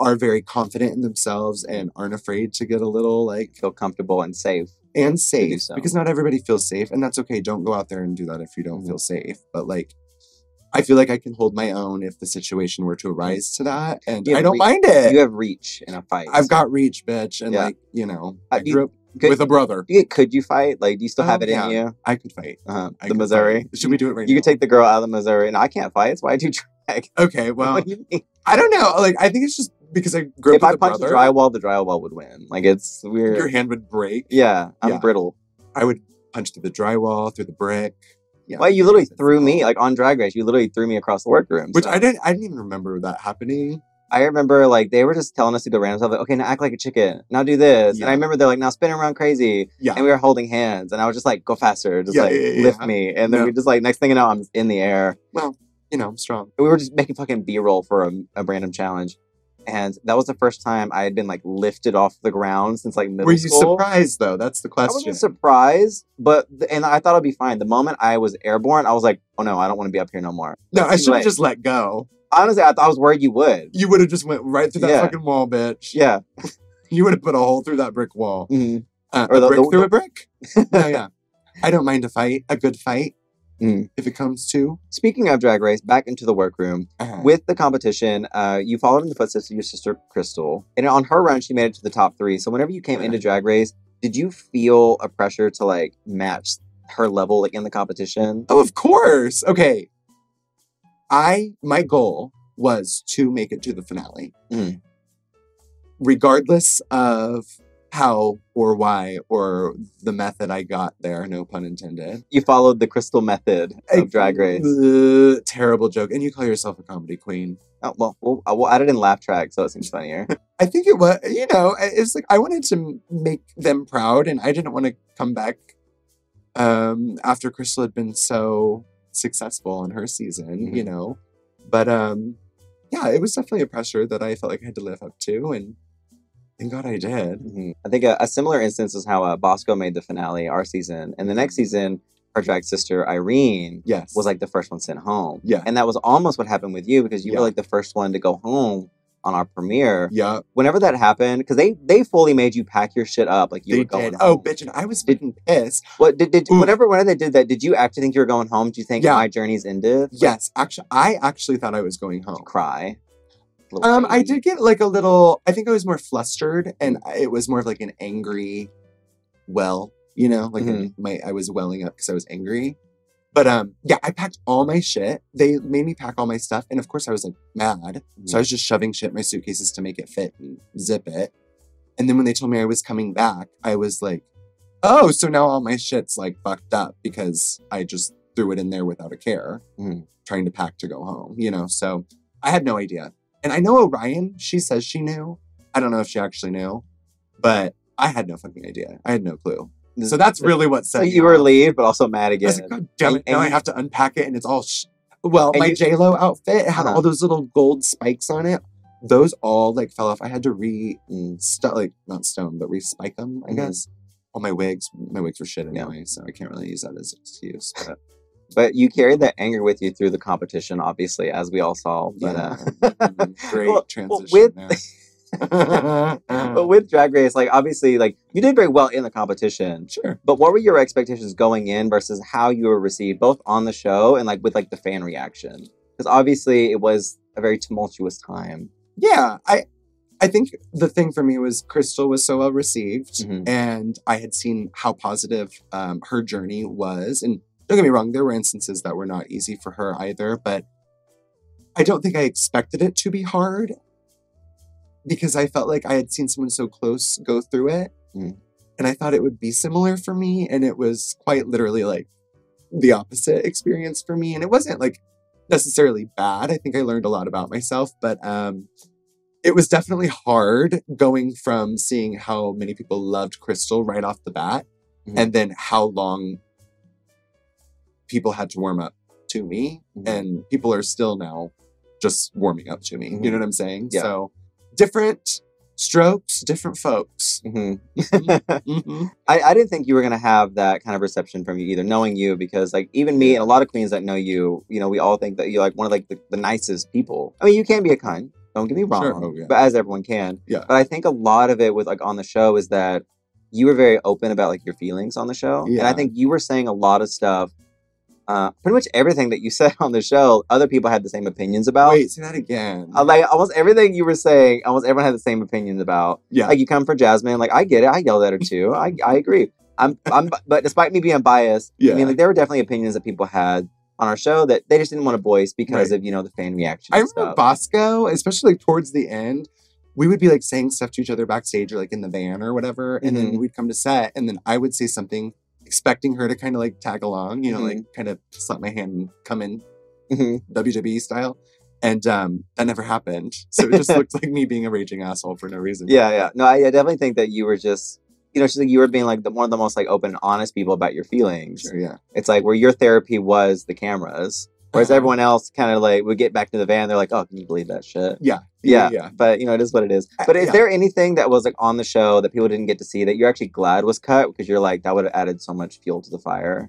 [SPEAKER 2] are very confident in themselves and aren't afraid to get a little like
[SPEAKER 3] Feel comfortable and safe.
[SPEAKER 2] and safe
[SPEAKER 3] so.
[SPEAKER 2] because not everybody feels safe and that's okay don't go out there and do that if you don't
[SPEAKER 3] Mhm.
[SPEAKER 2] feel safe but like i feel like i can hold my own if the situation were to arise to that and
[SPEAKER 3] You have
[SPEAKER 2] i don't
[SPEAKER 3] re-
[SPEAKER 2] mind it
[SPEAKER 3] You have reach in a fight.
[SPEAKER 2] Eh. i've got reach bitch and
[SPEAKER 3] Yeah.
[SPEAKER 2] like you know
[SPEAKER 3] Uh,
[SPEAKER 2] i
[SPEAKER 3] you-
[SPEAKER 2] grew up
[SPEAKER 3] Could,
[SPEAKER 2] with a brother
[SPEAKER 3] you- could you fight? Like, do you still have
[SPEAKER 2] Oh,
[SPEAKER 3] it in
[SPEAKER 2] yeah.
[SPEAKER 3] you?
[SPEAKER 2] i could fight
[SPEAKER 3] Uh,
[SPEAKER 2] I
[SPEAKER 3] the
[SPEAKER 2] could
[SPEAKER 3] Missouri.
[SPEAKER 2] fight. should we do it right
[SPEAKER 3] You
[SPEAKER 2] now
[SPEAKER 3] could take the girl out of the Missouri, and I can't fight. That's why I do drag.
[SPEAKER 2] okay well
[SPEAKER 3] what do you mean?
[SPEAKER 2] i don't know like i think it's just because i grew up
[SPEAKER 3] If
[SPEAKER 2] with
[SPEAKER 3] I
[SPEAKER 2] a
[SPEAKER 3] punched
[SPEAKER 2] brother
[SPEAKER 3] the drywall, the drywall would win. Like it's weird.
[SPEAKER 2] your hand would break
[SPEAKER 3] yeah, I'm
[SPEAKER 2] Yeah.
[SPEAKER 3] brittle.
[SPEAKER 2] i would punch through the drywall through the brick yeah
[SPEAKER 3] Well, you literally threw
[SPEAKER 2] me.
[SPEAKER 3] me like on Drag Race. You literally threw me across the workroom.
[SPEAKER 2] which
[SPEAKER 3] so-
[SPEAKER 2] i didn't i didn't even remember that happening
[SPEAKER 3] I remember like they were just telling us to do random stuff. Like, okay, now act like a chicken. Now do this. And
[SPEAKER 2] Yeah.
[SPEAKER 3] I remember they're like, now spin around crazy.
[SPEAKER 2] yeah
[SPEAKER 3] And we were holding hands, and I was just like, go faster, just
[SPEAKER 2] Yeah,
[SPEAKER 3] like
[SPEAKER 2] yeah, yeah,
[SPEAKER 3] lift
[SPEAKER 2] yeah.
[SPEAKER 3] me. And then
[SPEAKER 2] No.
[SPEAKER 3] we just like next thing you know, I'm in the air.
[SPEAKER 2] well you know i'm strong
[SPEAKER 3] we were just making fucking b-roll for a, a random challenge and that was the first time i had been like lifted off the ground since like middle
[SPEAKER 2] Were you
[SPEAKER 3] school
[SPEAKER 2] surprised though? That's the
[SPEAKER 3] i
[SPEAKER 2] question.
[SPEAKER 3] wasn't surprised but th- and i thought i'd be fine the moment i was airborne i was like oh no i don't want to be up here no more
[SPEAKER 2] no, I
[SPEAKER 3] It's too
[SPEAKER 2] should have
[SPEAKER 3] late.
[SPEAKER 2] just let go.
[SPEAKER 3] honestly i, th- I was worried you would
[SPEAKER 2] You would have just went right through that
[SPEAKER 3] Yeah.
[SPEAKER 2] fucking wall, bitch.
[SPEAKER 3] yeah
[SPEAKER 2] You would have put a hole through that brick wall.
[SPEAKER 3] hmm
[SPEAKER 2] Uh,
[SPEAKER 3] Or
[SPEAKER 2] a
[SPEAKER 3] the-
[SPEAKER 2] brick
[SPEAKER 3] the-
[SPEAKER 2] through a brick. no, yeah. I don't mind a fight, a good fight,
[SPEAKER 3] Mm.
[SPEAKER 2] if it comes to.
[SPEAKER 3] speaking of drag race back into the workroom
[SPEAKER 2] uh,
[SPEAKER 3] with the competition uh, you followed in the footsteps of your sister crystal and on her run she made it to the top three so whenever you came into drag race did you feel a pressure to like match her level like in the competition
[SPEAKER 2] Oh, of course. Okay. I my goal was to make it to the finale.
[SPEAKER 3] Mm.
[SPEAKER 2] Regardless of how or why or the method I got there, no pun intended.
[SPEAKER 3] You followed the crystal method of
[SPEAKER 2] I-
[SPEAKER 3] Drag Race.
[SPEAKER 2] Ugh, terrible joke. And you call yourself a comedy queen.
[SPEAKER 3] Oh, well, we'll, uh, we'll add it in laugh track, so it seems funnier.
[SPEAKER 2] I think it was, you know, I- it's like I wanted to m- make them proud and I didn't want to come back um, after Crystal had been so successful in her season, you
[SPEAKER 3] Mm-hmm.
[SPEAKER 2] know. But um, yeah, it was definitely a pressure that I felt like I had to live up to. And thank God I did.
[SPEAKER 3] Mhm. I think a, a similar instance is how uh, Bosco made the finale our season, and the
[SPEAKER 2] Mm-hmm.
[SPEAKER 3] next season, her drag sister Irene
[SPEAKER 2] Yes.
[SPEAKER 3] was like the first one sent home.
[SPEAKER 2] Yeah.
[SPEAKER 3] and that was almost what happened with you because you
[SPEAKER 2] Yeah.
[SPEAKER 3] were like the first one to go home on our premiere.
[SPEAKER 2] yeah,
[SPEAKER 3] Whenever that happened, because they they fully made you pack your shit up like you
[SPEAKER 2] they
[SPEAKER 3] were going.
[SPEAKER 2] did.
[SPEAKER 3] Home.
[SPEAKER 2] Oh, bitch. And I was getting pissed.
[SPEAKER 3] What did, did
[SPEAKER 2] Oof.
[SPEAKER 3] whenever whenever they did that? Did you actually think you were going home? Do you think
[SPEAKER 2] Yeah.
[SPEAKER 3] my journey's ended?
[SPEAKER 2] Yes. Actually, I actually thought I was going home.
[SPEAKER 3] Cry. Little
[SPEAKER 2] Um, I
[SPEAKER 3] baby.
[SPEAKER 2] did get like a little. I think I was more flustered, and I- it was more of like an angry, well, you know, like
[SPEAKER 3] Mhm.
[SPEAKER 2] my I was welling up because I was angry. But um, yeah, I packed all my shit. They made me pack all my stuff, and of course I was like mad, so I was just shoving shit in my suitcases to make it fit and zip it. And then when they told me I was coming back, I was like, oh, so now all my shit's like fucked up because I just threw it in there without a care,
[SPEAKER 3] Mhm.
[SPEAKER 2] trying to pack to go home, you know? So I had no idea. And I know Orion, she says she knew. I don't know if she actually knew, but I had no fucking idea. I had no clue. So that's really what set
[SPEAKER 3] So
[SPEAKER 2] me
[SPEAKER 3] you were
[SPEAKER 2] off.
[SPEAKER 3] relieved, but also mad
[SPEAKER 2] I
[SPEAKER 3] again.
[SPEAKER 2] was like, God damn it.
[SPEAKER 3] And-
[SPEAKER 2] now I
[SPEAKER 3] and-
[SPEAKER 2] have to unpack it and it's all. Sh- well,
[SPEAKER 3] And
[SPEAKER 2] my
[SPEAKER 3] you-
[SPEAKER 2] JLo outfit had
[SPEAKER 3] Uh-huh.
[SPEAKER 2] all those little gold spikes on it. Those all like fell off. I had to re
[SPEAKER 3] Mm.
[SPEAKER 2] stu- like not stone, but respike them, I
[SPEAKER 3] Mhm.
[SPEAKER 2] guess. All my wigs, my wigs were shit
[SPEAKER 3] Yeah.
[SPEAKER 2] anyway, so I can't really use that as an excuse. But
[SPEAKER 3] But you carried that anger with you through the competition, obviously, as we all saw. But
[SPEAKER 2] yeah,
[SPEAKER 3] uh,
[SPEAKER 2] mm, great
[SPEAKER 3] Well, well,
[SPEAKER 2] transition
[SPEAKER 3] with-
[SPEAKER 2] there.
[SPEAKER 3] uh, but with Drag Race, like obviously, like you did very well in the competition.
[SPEAKER 2] sure.
[SPEAKER 3] But what were your expectations going in versus how you were received, both on the show and like with like the fan reaction? Because obviously, it was a very tumultuous time.
[SPEAKER 2] Yeah, I I think the thing for me was Crystal was so well received,
[SPEAKER 3] Mhm.
[SPEAKER 2] and I had seen how positive um, her journey was. And don't get me wrong, there were instances that were not easy for her either, but I don't think I expected it to be hard because I felt like I had seen someone so close go through it.
[SPEAKER 3] Mm.
[SPEAKER 2] And I thought it would be similar for me. And it was quite literally like the opposite experience for me. And it wasn't like necessarily bad. I think I learned a lot about myself, but um, it was definitely hard going from seeing how many people loved Crystal right off the bat
[SPEAKER 3] Mhm.
[SPEAKER 2] and then how long people had to warm up to me
[SPEAKER 3] Mhm.
[SPEAKER 2] and people are still now just warming up to me. You
[SPEAKER 3] Mhm.
[SPEAKER 2] know what I'm saying?
[SPEAKER 3] Yeah.
[SPEAKER 2] So different strokes, different folks.
[SPEAKER 3] Mhm.
[SPEAKER 2] Mhm.
[SPEAKER 3] I, I didn't think you were gonna have that kind of reception from you either, knowing you, because like even me and a lot of queens that know you, you know, we all think that you're like one of like the, the nicest people. I mean, you can be a cunt. Don't get me wrong,
[SPEAKER 2] Sure, oh, yeah.
[SPEAKER 3] but as everyone can.
[SPEAKER 2] Yeah.
[SPEAKER 3] But I think a lot of it with like on the show is that you were very open about like your feelings on the show, and I
[SPEAKER 2] Yeah.
[SPEAKER 3] think you were saying a lot of stuff. Uh, pretty much everything that you said on the show, other people had the same opinions about.
[SPEAKER 2] Wait, say that again.
[SPEAKER 3] Uh, like almost everything you were saying, almost everyone had the same opinions about.
[SPEAKER 2] yeah.
[SPEAKER 3] Like you come for Jasmine, like I get it, I yelled at her too. I, I agree. I'm I'm but despite me being biased, I
[SPEAKER 2] Yeah.
[SPEAKER 3] mean like there were definitely opinions that people had on our show that they just didn't want to voice because
[SPEAKER 2] Right.
[SPEAKER 3] of, you know, the fan reaction.
[SPEAKER 2] I
[SPEAKER 3] and
[SPEAKER 2] remember
[SPEAKER 3] stuff.
[SPEAKER 2] Bosco, especially like towards the end, we would be like saying stuff to each other backstage or like in the van or whatever. And then
[SPEAKER 3] Mhm.
[SPEAKER 2] we'd come to set and then I would say something expecting her to kind of like tag along, you know,
[SPEAKER 3] Mm-hmm.
[SPEAKER 2] like kind of slap my hand and come in
[SPEAKER 3] Mhm.
[SPEAKER 2] WWE style. And um, that never happened. So it just looked like me being a raging asshole for no reason.
[SPEAKER 3] Yeah, yeah. No, I, I definitely think that you were just you know, she's like you were being like the, one of the most like open and honest people about your feelings.
[SPEAKER 2] Sure, yeah.
[SPEAKER 3] It's like where your therapy was the cameras. Whereas
[SPEAKER 2] Uh-huh.
[SPEAKER 3] everyone else kind of like would get back to the van, they're like, Oh, can you believe that shit?
[SPEAKER 2] Yeah.
[SPEAKER 3] Yeah,
[SPEAKER 2] Um, Yeah.
[SPEAKER 3] but you know it is what it is.
[SPEAKER 2] Uh,
[SPEAKER 3] But is
[SPEAKER 2] yeah.
[SPEAKER 3] there anything that was like on the show that people didn't get to see that you're actually glad was cut because you're like that would have added so much fuel to the fire?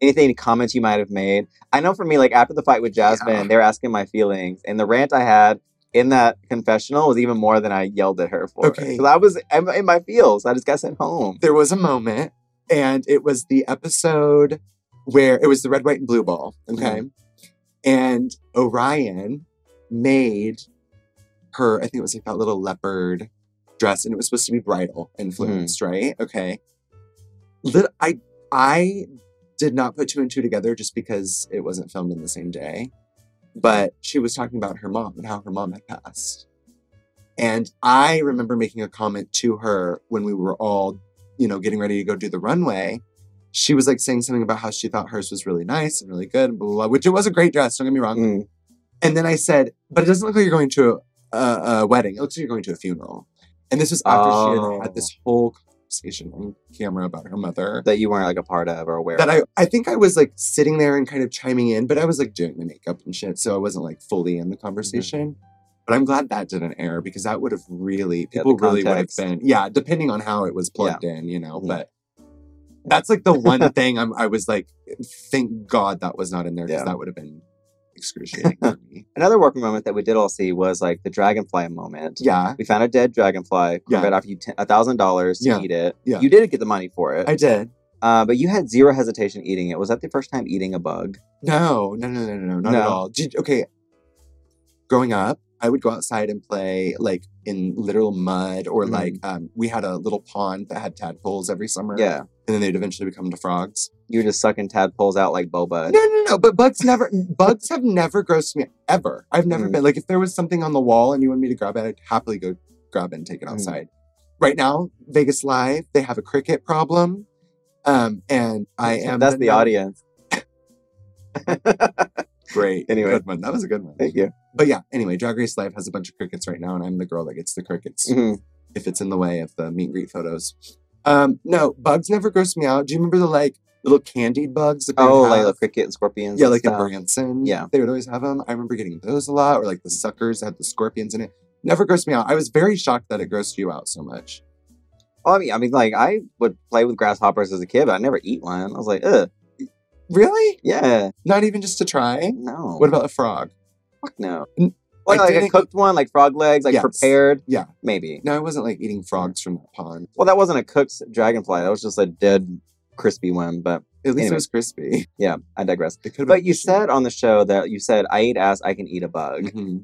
[SPEAKER 3] Anything comments you might have made? I know for me, like after the fight with Jasmine,
[SPEAKER 2] Yeah.
[SPEAKER 3] they were asking my feelings, and the rant I had in that confessional was even more than I yelled at her for.
[SPEAKER 2] Okay.
[SPEAKER 3] because I was I'm in my feels. I just got sent home.
[SPEAKER 2] There was a moment, and it was the episode where it was the red, white, and blue ball. Okay. And Orion made her, I think it was like that little leopard dress, and it was supposed to be bridal influenced, right? Okay. Lit- I I did not put two and two together just because it wasn't filmed in the same day. But she was talking about her mom and how her mom had passed. And I remember making a comment to her when we were all, you know, getting ready to go do the runway. She was like saying something about how she thought hers was really nice and really good, blah, blah, blah, which it was a great dress, don't get me wrong.
[SPEAKER 3] Mm.
[SPEAKER 2] And then I said, but it doesn't look like you're going to a, a, a wedding. It looks like you're going to a funeral. And this was after she
[SPEAKER 3] Oh.
[SPEAKER 2] had had this whole conversation on camera about her mother.
[SPEAKER 3] That you weren't like a part of or aware
[SPEAKER 2] That
[SPEAKER 3] of.
[SPEAKER 2] I, I think I was like sitting there and kind of chiming in, but I was like doing the makeup and shit. So I wasn't like fully in the
[SPEAKER 3] Mm-hmm.
[SPEAKER 2] conversation. But I'm glad that didn't air because that would have really,
[SPEAKER 3] Yeah, the
[SPEAKER 2] people really would have
[SPEAKER 3] context.
[SPEAKER 2] been, yeah, depending on how it was plugged in, you know. But that's like the one thing I'm, I was like, thank God that was not in there because
[SPEAKER 3] Yeah.
[SPEAKER 2] that would have been excruciating for me.
[SPEAKER 3] Another working moment that we did all see was like the dragonfly moment.
[SPEAKER 2] Yeah,
[SPEAKER 3] We found a dead dragonfly.
[SPEAKER 2] Yeah.
[SPEAKER 3] Right off you a thousand dollars to
[SPEAKER 2] Yeah.
[SPEAKER 3] eat it.
[SPEAKER 2] Yeah.
[SPEAKER 3] You did get the money for it,
[SPEAKER 2] I did.
[SPEAKER 3] uh, but you had zero hesitation eating it. Was that the first time eating a bug?
[SPEAKER 2] No, no, no, no, no, no, not at
[SPEAKER 3] No.
[SPEAKER 2] all. Did, okay. Growing up, I would go outside and play like in literal mud, or
[SPEAKER 3] Mhm.
[SPEAKER 2] like um, we had a little pond that had tadpoles every summer.
[SPEAKER 3] Yeah,
[SPEAKER 2] and then they'd eventually become to frogs.
[SPEAKER 3] you were just sucking tadpoles out like
[SPEAKER 2] No,
[SPEAKER 3] boba.
[SPEAKER 2] no, no. But bugs never, bugs have never grossed me out, ever. I've never
[SPEAKER 3] Mm.
[SPEAKER 2] been like if there was something on the wall and you wanted me to grab it, I'd happily go grab it and take it
[SPEAKER 3] Mm.
[SPEAKER 2] outside. Right now, Vegas Live, they have a cricket problem, um, and I am
[SPEAKER 3] That's the
[SPEAKER 2] number-
[SPEAKER 3] audience.
[SPEAKER 2] Great,
[SPEAKER 3] Anyway.
[SPEAKER 2] good one. That was a good one.
[SPEAKER 3] Thank you.
[SPEAKER 2] But yeah, anyway, Drag Race Live has a bunch of crickets right now, and I'm the girl that gets the crickets
[SPEAKER 3] Mhm.
[SPEAKER 2] if it's in the way of the meet and greet photos. Um, no, bugs never gross me out. Do you remember the like little candied bugs? That they would
[SPEAKER 3] Oh, like
[SPEAKER 2] have?
[SPEAKER 3] the cricket and scorpions.
[SPEAKER 2] yeah,
[SPEAKER 3] and
[SPEAKER 2] like in
[SPEAKER 3] stuff.
[SPEAKER 2] Branson.
[SPEAKER 3] Yeah.
[SPEAKER 2] they would always have them. I remember getting those a lot, or like the suckers that had the scorpions in it. Never grossed me out. I was very shocked that it grossed you out so much.
[SPEAKER 3] Well, I mean, I mean, like I would play with grasshoppers as a kid, but I never eat one. I was like, ugh,
[SPEAKER 2] Really?
[SPEAKER 3] yeah,
[SPEAKER 2] Not even just to try?
[SPEAKER 3] no.
[SPEAKER 2] What about a frog?
[SPEAKER 3] Fuck no.
[SPEAKER 2] N-
[SPEAKER 3] Like,
[SPEAKER 2] I
[SPEAKER 3] like a
[SPEAKER 2] didn't-
[SPEAKER 3] cooked one, like frog legs, like
[SPEAKER 2] Yes.
[SPEAKER 3] prepared.
[SPEAKER 2] Yeah.
[SPEAKER 3] maybe.
[SPEAKER 2] No, I wasn't like eating frogs from that pond.
[SPEAKER 3] Well, that wasn't a cooked dragonfly. That was just a dead, crispy one. But
[SPEAKER 2] At least
[SPEAKER 3] Anyway.
[SPEAKER 2] it was crispy.
[SPEAKER 3] yeah, I digress.
[SPEAKER 2] It could.
[SPEAKER 3] But you said on the show that you said I eat ass, I can eat a bug,
[SPEAKER 2] Mm-hmm.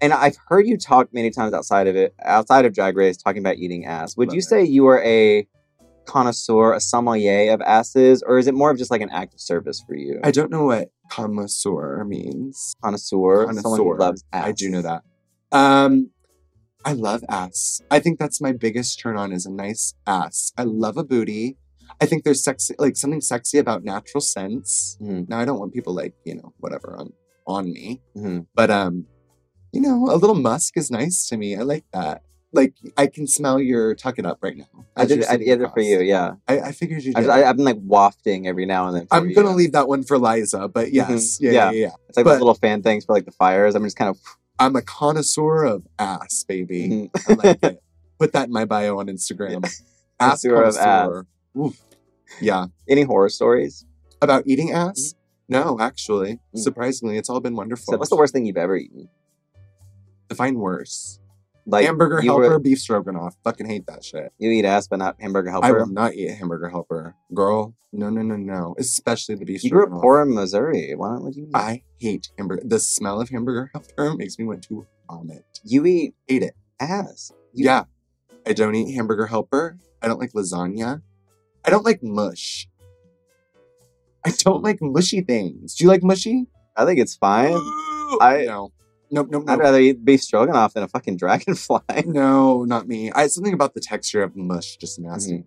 [SPEAKER 3] and I've heard you talk many times outside of it, outside of Drag Race, talking about eating ass. Would
[SPEAKER 2] Love
[SPEAKER 3] you
[SPEAKER 2] it.
[SPEAKER 3] say you are a connoisseur, a sommelier of asses, or is it more of just like an act of service for you?
[SPEAKER 2] I don't know what connoisseur means.
[SPEAKER 3] connoisseur, someone who
[SPEAKER 2] Connoisseur.
[SPEAKER 3] loves ass.
[SPEAKER 2] I do know that. Um, I love ass. I think that's my biggest turn on is a nice ass. I love a booty. I think there's sexy, like something sexy about natural sense.
[SPEAKER 3] Mhm.
[SPEAKER 2] Now I don't want people like you know whatever on on me,
[SPEAKER 3] Mhm.
[SPEAKER 2] but um, you know a little musk is nice to me. I like that. Like I can smell your tuck it up right now.
[SPEAKER 3] I
[SPEAKER 2] as
[SPEAKER 3] did.
[SPEAKER 2] you're
[SPEAKER 3] I
[SPEAKER 2] sitting
[SPEAKER 3] did it for
[SPEAKER 2] across.
[SPEAKER 3] you. Yeah.
[SPEAKER 2] I, I figured you
[SPEAKER 3] I,
[SPEAKER 2] did.
[SPEAKER 3] I, have been like wafting every now and then. for
[SPEAKER 2] am
[SPEAKER 3] you. Mm-hmm.
[SPEAKER 2] gonna leave that one for Liza, but yes, yeah,
[SPEAKER 3] Yeah.
[SPEAKER 2] yeah, yeah, yeah.
[SPEAKER 3] It's like
[SPEAKER 2] but-
[SPEAKER 3] those little fan things for like the fires. I'm just kind of
[SPEAKER 2] I'm a connoisseur of ass, baby.
[SPEAKER 3] Mhm.
[SPEAKER 2] I like it. Put that in my bio on Instagram. Ass
[SPEAKER 3] Connoisseur of
[SPEAKER 2] connoisseur. Oof. Yeah.
[SPEAKER 3] any horror stories.
[SPEAKER 2] About eating ass? No, actually.
[SPEAKER 3] Mm.
[SPEAKER 2] Surprisingly, it's all been wonderful.
[SPEAKER 3] So what's the worst thing you've ever eaten?
[SPEAKER 2] Define worse.
[SPEAKER 3] Like
[SPEAKER 2] hamburger
[SPEAKER 3] you were-
[SPEAKER 2] helper, beef stroganoff. Fucking hate that shit.
[SPEAKER 3] you eat ass, but not hamburger
[SPEAKER 2] I
[SPEAKER 3] helper.
[SPEAKER 2] will not eat hamburger helper. Girl, no, no, no, no. Especially the beef
[SPEAKER 3] You grew up
[SPEAKER 2] stroganoff.
[SPEAKER 3] poor in Missouri. Why don't you? Eat?
[SPEAKER 2] I hate hamburger. The smell of hamburger helper makes me want to vomit.
[SPEAKER 3] you eat
[SPEAKER 2] Hate it.
[SPEAKER 3] ass. You-
[SPEAKER 2] Yeah. I don't eat hamburger helper. I don't like lasagna. I don't like mush. I don't like mushy things. Do you like mushy?
[SPEAKER 3] I think it's fine. I-
[SPEAKER 2] I no. Nope, nope,
[SPEAKER 3] I'd
[SPEAKER 2] nope.
[SPEAKER 3] rather eat beef stroganoff than a fucking dragonfly.
[SPEAKER 2] No, not me. I something about the texture of mush just nasty.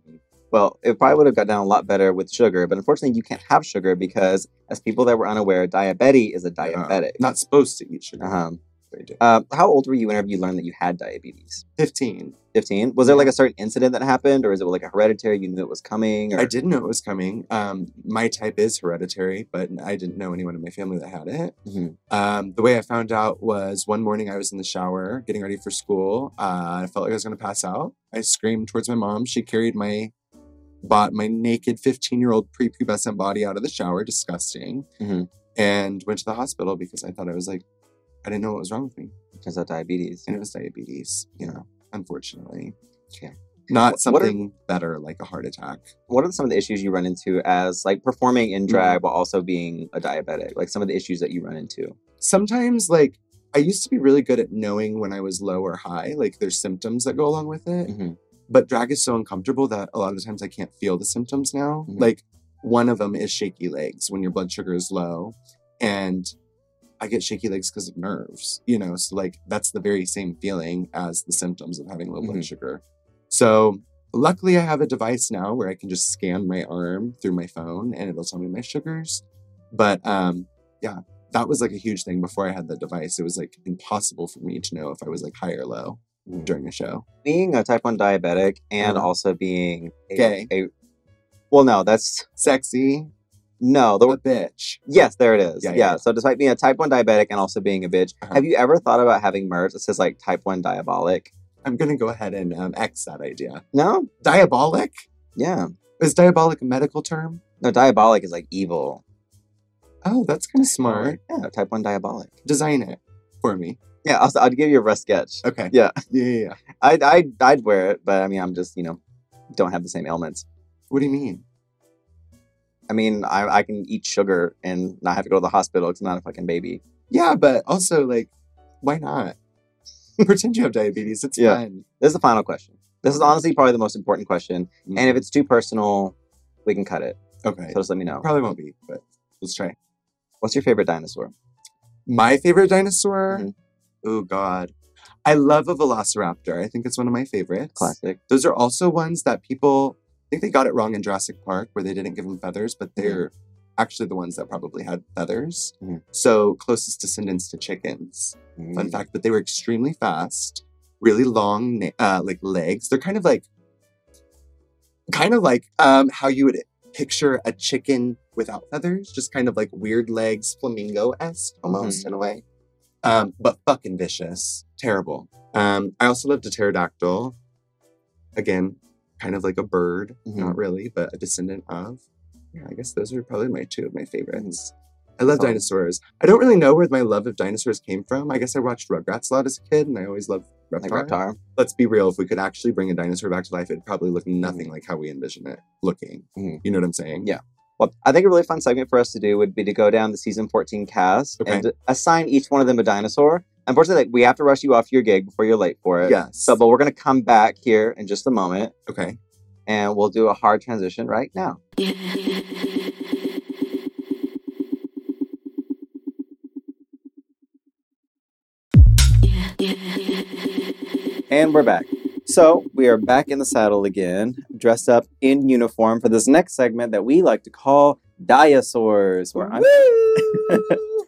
[SPEAKER 3] Well, it probably would have got down a lot better with sugar, but unfortunately, you can't have sugar because, as people that were unaware, diabetes is a diabetic.
[SPEAKER 2] Not supposed to eat sugar.
[SPEAKER 3] Uh-huh.
[SPEAKER 2] They do.
[SPEAKER 3] Uh, how old were you whenever you learned that you had diabetes?
[SPEAKER 2] Fifteen.
[SPEAKER 3] 15? Was there like a certain incident that happened, or is it like a hereditary? You knew it was coming? Or...
[SPEAKER 2] I didn't know it was coming. Um, my type is hereditary, but I didn't know anyone in my family that had it.
[SPEAKER 3] Mhm.
[SPEAKER 2] Um, the way I found out was one morning I was in the shower getting ready for school. Uh, I felt like I was going to pass out. I screamed towards my mom. She carried my bought my naked 15 year old prepubescent body out of the shower, disgusting,
[SPEAKER 3] Mhm.
[SPEAKER 2] and went to the hospital because I thought I was like, I didn't know what was wrong with me.
[SPEAKER 3] Because of diabetes.
[SPEAKER 2] And it was diabetes, you know, unfortunately.
[SPEAKER 3] Yeah.
[SPEAKER 2] Not
[SPEAKER 3] Wh- what are-
[SPEAKER 2] something better like a heart attack.
[SPEAKER 3] What are some of the issues you run into as like performing in drag
[SPEAKER 2] Mm-hmm.
[SPEAKER 3] while also being a diabetic? Like some of the issues that you run into?
[SPEAKER 2] sometimes like I used to be really good at knowing when I was low or high, like there's symptoms that go along with it.
[SPEAKER 3] Mhm.
[SPEAKER 2] But drag is so uncomfortable that a lot of the times I can't feel the symptoms now.
[SPEAKER 3] Mhm.
[SPEAKER 2] Like one of them is shaky legs when your blood sugar is low. And I get shaky legs because of nerves, you know? So, like, that's the very same feeling as the symptoms of having low blood
[SPEAKER 3] Mhm.
[SPEAKER 2] sugar. So, luckily, I have a device now where I can just scan my arm through my phone and it'll tell me my sugars. But um, yeah, that was like a huge thing before I had that device. It was like impossible for me to know if I was like high or low during a show.
[SPEAKER 3] Being a type 1 diabetic and
[SPEAKER 2] Mhm.
[SPEAKER 3] also being a,
[SPEAKER 2] Gay.
[SPEAKER 3] a- well, no, that's
[SPEAKER 2] Sexy,
[SPEAKER 3] no.
[SPEAKER 2] a
[SPEAKER 3] The,
[SPEAKER 2] bitch.
[SPEAKER 3] yes, there it is.
[SPEAKER 2] Yeah,
[SPEAKER 3] Yeah,
[SPEAKER 2] yeah, yeah.
[SPEAKER 3] So despite being a type 1 diabetic and also being a bitch,
[SPEAKER 2] Uh-huh.
[SPEAKER 3] have you ever thought about having merch that says like type 1 diabolic?
[SPEAKER 2] I'm going to go ahead and um, X that idea.
[SPEAKER 3] No?
[SPEAKER 2] Diabolic?
[SPEAKER 3] Yeah.
[SPEAKER 2] Is diabolic a medical term?
[SPEAKER 3] No, diabolic is like evil.
[SPEAKER 2] Oh, that's kind of smart.
[SPEAKER 3] Yeah, type 1 diabolic.
[SPEAKER 2] Design it for me.
[SPEAKER 3] Yeah, I'll, I'd give you a rough sketch.
[SPEAKER 2] Okay.
[SPEAKER 3] Yeah.
[SPEAKER 2] Yeah, yeah, yeah.
[SPEAKER 3] I'd, I'd, I'd wear it, but I mean, I'm just, you know, don't have the same ailments.
[SPEAKER 2] What do you mean?
[SPEAKER 3] I mean, I, I can eat sugar and not have to go to the hospital because I'm not a fucking baby.
[SPEAKER 2] Yeah, but also like, why not? Pretend you have diabetes. It's
[SPEAKER 3] Yeah.
[SPEAKER 2] fun.
[SPEAKER 3] This is the final question. This is honestly probably the most important question.
[SPEAKER 2] Mm-hmm.
[SPEAKER 3] And if it's too personal, we can cut it.
[SPEAKER 2] okay,
[SPEAKER 3] So just let me know.
[SPEAKER 2] probably won't be, but let's try.
[SPEAKER 3] What's your favorite dinosaur?
[SPEAKER 2] My favorite dinosaur.
[SPEAKER 3] Mhm.
[SPEAKER 2] Oh God, I love a Velociraptor. I think it's one of my favorites.
[SPEAKER 3] Classic.
[SPEAKER 2] Those are also ones that people I think they got it wrong in Jurassic Park where they didn't give them feathers, but they're actually the ones that probably had feathers.
[SPEAKER 3] Mhm.
[SPEAKER 2] So closest descendants to chickens. fun fact, but they were extremely fast, really long na- uh, like legs. They're kind of like kind of like um, how you would picture a chicken without feathers, just kind of like weird legs, flamingo-esque almost in a way. Um, but fucking vicious. Terrible. Um, I also loved a pterodactyl. Again, kind of like a bird,
[SPEAKER 3] Mhm.
[SPEAKER 2] not really, but a descendant of. Yeah, I guess those are probably my two of my favorites. I love
[SPEAKER 3] Solid.
[SPEAKER 2] dinosaurs. I don't really know where my love of dinosaurs came from. I guess I watched Rugrats a lot as a kid, and I always loved
[SPEAKER 3] Like
[SPEAKER 2] Reptar.
[SPEAKER 3] Reptar.
[SPEAKER 2] Let's be real. If we could actually bring a dinosaur back to life, it'd probably look nothing like how we envision it looking.
[SPEAKER 3] Mhm.
[SPEAKER 2] You know what I'm saying?
[SPEAKER 3] Mm. Yeah. Well, I think a really fun segment for us to do would be to go down the season 14 cast
[SPEAKER 2] Okay.
[SPEAKER 3] and assign each one of them a dinosaur. Unfortunately, like, we have to rush you off your gig before you're late for it.
[SPEAKER 2] Yes.
[SPEAKER 3] So, but we're going to come back here in just a moment
[SPEAKER 2] okay.
[SPEAKER 3] and we'll do a hard transition right now. And we're back. So we are back in the saddle again, dressed up in uniform for this next segment that we like to call Dinosaurs. Where I'm,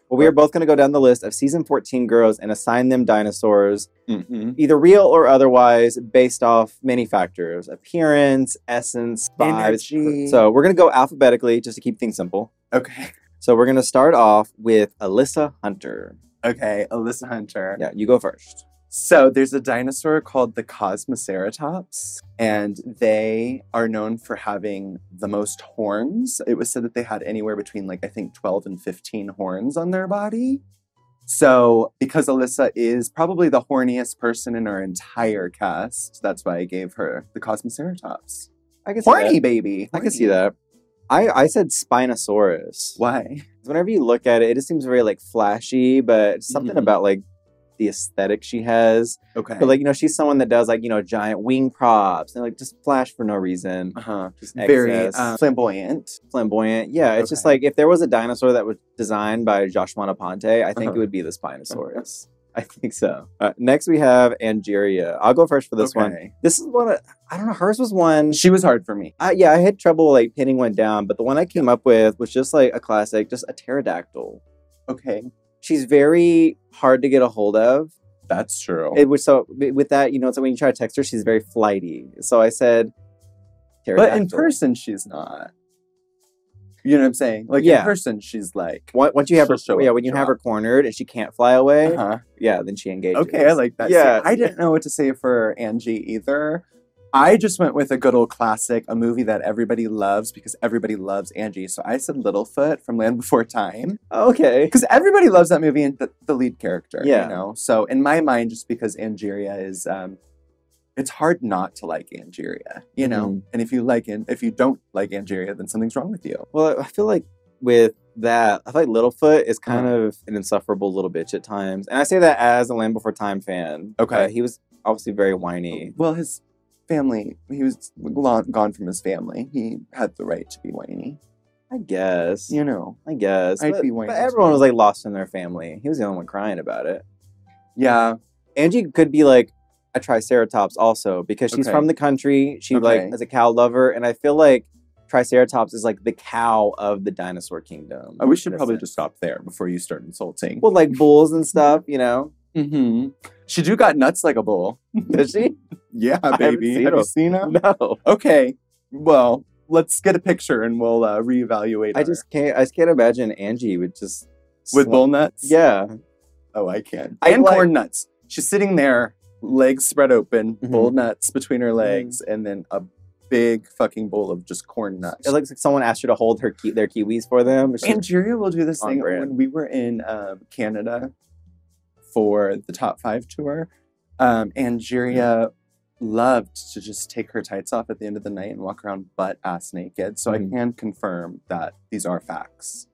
[SPEAKER 3] well, we are both going to go down the list of season 14 girls and assign them dinosaurs,
[SPEAKER 2] Mhm.
[SPEAKER 3] either real or otherwise, Mm-hmm. based off many factors appearance, essence, vibes.
[SPEAKER 2] Energy.
[SPEAKER 3] So we're going to go alphabetically just to keep things simple.
[SPEAKER 2] Okay.
[SPEAKER 3] So we're going to start off with Alyssa Hunter.
[SPEAKER 2] Okay. Alyssa Hunter.
[SPEAKER 3] Yeah, you go first.
[SPEAKER 2] So there's a dinosaur called the Cosmoceratops, and they are known for having the most horns. It was said that they had anywhere between like I think 12 and 15 horns on their body. So because Alyssa is probably the horniest person in our entire cast, that's why I gave her the Cosmoceratops.
[SPEAKER 3] I can see
[SPEAKER 2] Horny
[SPEAKER 3] that.
[SPEAKER 2] baby.
[SPEAKER 3] I can see
[SPEAKER 2] horny.
[SPEAKER 3] that. I, I said Spinosaurus.
[SPEAKER 2] Why?
[SPEAKER 3] Whenever you look at it, it just seems very like flashy, but something
[SPEAKER 2] Mhm.
[SPEAKER 3] about like the aesthetic she has.
[SPEAKER 2] Okay.
[SPEAKER 3] But like, you know, she's someone that does like, you know, giant wing props and like just flash for no reason.
[SPEAKER 2] uh-huh.
[SPEAKER 3] Just
[SPEAKER 2] Very
[SPEAKER 3] excess,
[SPEAKER 2] uh, flamboyant.
[SPEAKER 3] flamboyant. Yeah, it's just
[SPEAKER 2] okay.
[SPEAKER 3] like if there was a dinosaur that was designed by Josh Monoponte, I think
[SPEAKER 2] Uh-huh.
[SPEAKER 3] it would be the Spinosaurus. I think so. Uh, next we have Angeria. I'll go first for this one.
[SPEAKER 2] Okay.
[SPEAKER 3] This is one. I don't know. Hers was one.
[SPEAKER 2] She was hard for me.
[SPEAKER 3] I, yeah, I had trouble like pinning one down, but the one I came up with was just like a classic, just a pterodactyl.
[SPEAKER 2] Okay.
[SPEAKER 3] She's very hard to get a hold of.
[SPEAKER 2] That's true.
[SPEAKER 3] It was so with that, you know, so when you try to text her, she's very flighty. So I said,
[SPEAKER 2] but
[SPEAKER 3] pterodactyl.
[SPEAKER 2] in person she's not you know what i'm saying like in
[SPEAKER 3] Yeah.
[SPEAKER 2] person she's like
[SPEAKER 3] Wa- once you have her,
[SPEAKER 2] She'll show
[SPEAKER 3] yeah,
[SPEAKER 2] up,
[SPEAKER 3] when you
[SPEAKER 2] show
[SPEAKER 3] have
[SPEAKER 2] up.
[SPEAKER 3] her cornered and she can't fly away,
[SPEAKER 2] uh-huh.
[SPEAKER 3] yeah, then she engages.
[SPEAKER 2] okay i like that See,
[SPEAKER 3] Yeah,
[SPEAKER 2] i didn't know what to say for angie either i just went with a good old classic a movie that everybody loves because everybody loves angie so i said littlefoot from land before time
[SPEAKER 3] okay,
[SPEAKER 2] because everybody loves that movie and the, the lead character
[SPEAKER 3] Yeah.
[SPEAKER 2] you know so in my mind just because angeria is um it's hard not to like angeria you know
[SPEAKER 3] Mhm.
[SPEAKER 2] and if you like An- if you don't like angeria then something's wrong with you
[SPEAKER 3] Well, I feel like with that, I feel like Littlefoot is
[SPEAKER 2] Uh-huh.
[SPEAKER 3] kind of an insufferable little bitch at times, and I say that as a Land Before Time fan.
[SPEAKER 2] Okay.
[SPEAKER 3] Uh, he was obviously very whiny.
[SPEAKER 2] Well, his family, he was lo- gone from his family. He had the right to be whiny.
[SPEAKER 3] I guess.
[SPEAKER 2] You know.
[SPEAKER 3] I guess.
[SPEAKER 2] I'd
[SPEAKER 3] but,
[SPEAKER 2] be whining
[SPEAKER 3] but
[SPEAKER 2] as
[SPEAKER 3] everyone
[SPEAKER 2] well.
[SPEAKER 3] was like lost in their family. He was the only one crying about it.
[SPEAKER 2] Yeah.
[SPEAKER 3] Angie could be like a triceratops also because she's
[SPEAKER 2] Okay.
[SPEAKER 3] from the country. She
[SPEAKER 2] Okay.
[SPEAKER 3] like is a cow lover, and I feel like triceratops is like the cow of the dinosaur kingdom.
[SPEAKER 2] Uh, we should
[SPEAKER 3] in a
[SPEAKER 2] probably
[SPEAKER 3] sense.
[SPEAKER 2] just stop there before you start insulting.
[SPEAKER 3] well, like bulls and stuff, you know.
[SPEAKER 2] mm-hmm. She do got nuts like a bull.
[SPEAKER 3] Does she?
[SPEAKER 2] Yeah,
[SPEAKER 3] haven't
[SPEAKER 2] baby.
[SPEAKER 3] seen
[SPEAKER 2] Have you
[SPEAKER 3] them.
[SPEAKER 2] seen her?
[SPEAKER 3] no,
[SPEAKER 2] Okay. Well, let's get a picture and we'll uh, reevaluate.
[SPEAKER 3] I
[SPEAKER 2] her.
[SPEAKER 3] just can't. I just can't imagine Angie would just
[SPEAKER 2] with
[SPEAKER 3] sla-
[SPEAKER 2] bull nuts.
[SPEAKER 3] Yeah,
[SPEAKER 2] Oh, I can.
[SPEAKER 3] I
[SPEAKER 2] and
[SPEAKER 3] like-
[SPEAKER 2] corn nuts. She's sitting there, legs spread open,
[SPEAKER 3] Mhm.
[SPEAKER 2] bull nuts between her legs,
[SPEAKER 3] Mm-hmm.
[SPEAKER 2] and then a big fucking bowl of just corn nuts.
[SPEAKER 3] it looks like someone asked her to hold her ki- their kiwis for them. She's-
[SPEAKER 2] Angeria will do this
[SPEAKER 3] On
[SPEAKER 2] thing
[SPEAKER 3] brand.
[SPEAKER 2] when we were in um, Canada for the top five tour. Um, Angeria
[SPEAKER 3] Mm-hmm.
[SPEAKER 2] loved to just take her tights off at the end of the night and walk around butt ass naked. So
[SPEAKER 3] Mhm.
[SPEAKER 2] I can confirm that these are facts.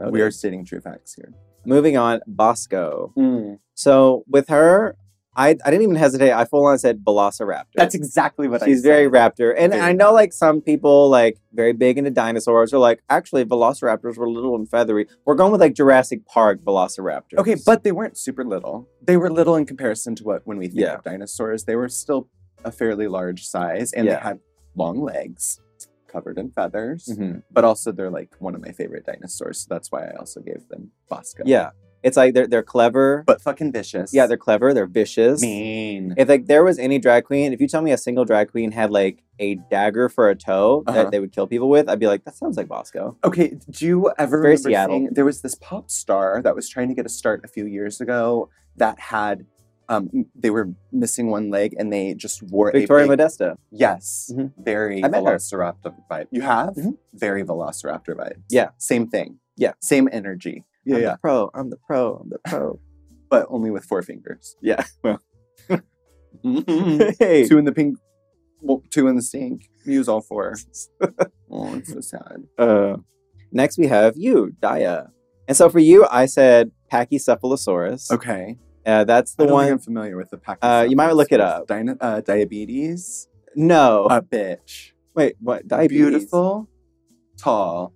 [SPEAKER 3] Okay.
[SPEAKER 2] We are stating true facts here.
[SPEAKER 3] Moving on, Bosco. So with her, I, I didn't even hesitate. I full on said Velociraptor.
[SPEAKER 2] That's exactly what I
[SPEAKER 3] She's
[SPEAKER 2] said.
[SPEAKER 3] very raptor, and
[SPEAKER 2] Very
[SPEAKER 3] I know like some people like very big into dinosaurs are like actually velociraptors were little and feathery. We're going with like Jurassic Park velociraptors.
[SPEAKER 2] Okay, but they weren't super little. They were little in comparison to what when we think
[SPEAKER 3] Yeah.
[SPEAKER 2] of dinosaurs. They were still a fairly large size, and
[SPEAKER 3] Yeah.
[SPEAKER 2] they had long legs covered in feathers.
[SPEAKER 3] Mhm.
[SPEAKER 2] But also, they're like one of my favorite dinosaurs, so that's why I also gave them Bosco.
[SPEAKER 3] yeah, it's like they're they're clever.
[SPEAKER 2] but fucking vicious.
[SPEAKER 3] yeah, they're clever. They're vicious.
[SPEAKER 2] mean.
[SPEAKER 3] If like there was any drag queen, if you tell me a single drag queen had like a dagger for a toe
[SPEAKER 2] Uh-huh.
[SPEAKER 3] that they would kill people with, I'd be like, that sounds like Bosco.
[SPEAKER 2] Okay, do you ever
[SPEAKER 3] Very
[SPEAKER 2] remember
[SPEAKER 3] Seattle.
[SPEAKER 2] seeing there was this pop star that was trying to get a start a few years ago that had um m- they were missing one leg and they just wore
[SPEAKER 3] Victoria
[SPEAKER 2] a big-
[SPEAKER 3] Modesta.
[SPEAKER 2] Yes,
[SPEAKER 3] Mhm.
[SPEAKER 2] very
[SPEAKER 3] I met her.
[SPEAKER 2] Velociraptor vibe. You have
[SPEAKER 3] Mhm.
[SPEAKER 2] very Velociraptor vibes.
[SPEAKER 3] Yeah.
[SPEAKER 2] same thing.
[SPEAKER 3] Yeah.
[SPEAKER 2] same energy.
[SPEAKER 3] I'm the pro. I'm the pro. I'm the pro.
[SPEAKER 2] but only with four fingers.
[SPEAKER 3] Yeah, well.
[SPEAKER 2] Mhm.
[SPEAKER 3] hey.
[SPEAKER 2] two in the pink, well, two in the sink. Use all four. oh, it's so sad.
[SPEAKER 3] Uh, next we have you, Daya. And so for you, I said Pachycephalosaurus.
[SPEAKER 2] Okay,
[SPEAKER 3] Uh, that's
[SPEAKER 2] I
[SPEAKER 3] the
[SPEAKER 2] don't think I'm
[SPEAKER 3] one.
[SPEAKER 2] familiar with the pack.
[SPEAKER 3] Uh, you might look it up.
[SPEAKER 2] Dino- uh, diabetes,
[SPEAKER 3] No.
[SPEAKER 2] a bitch,
[SPEAKER 3] Wait, what? Diabetes.
[SPEAKER 2] Uh, beautiful, tall,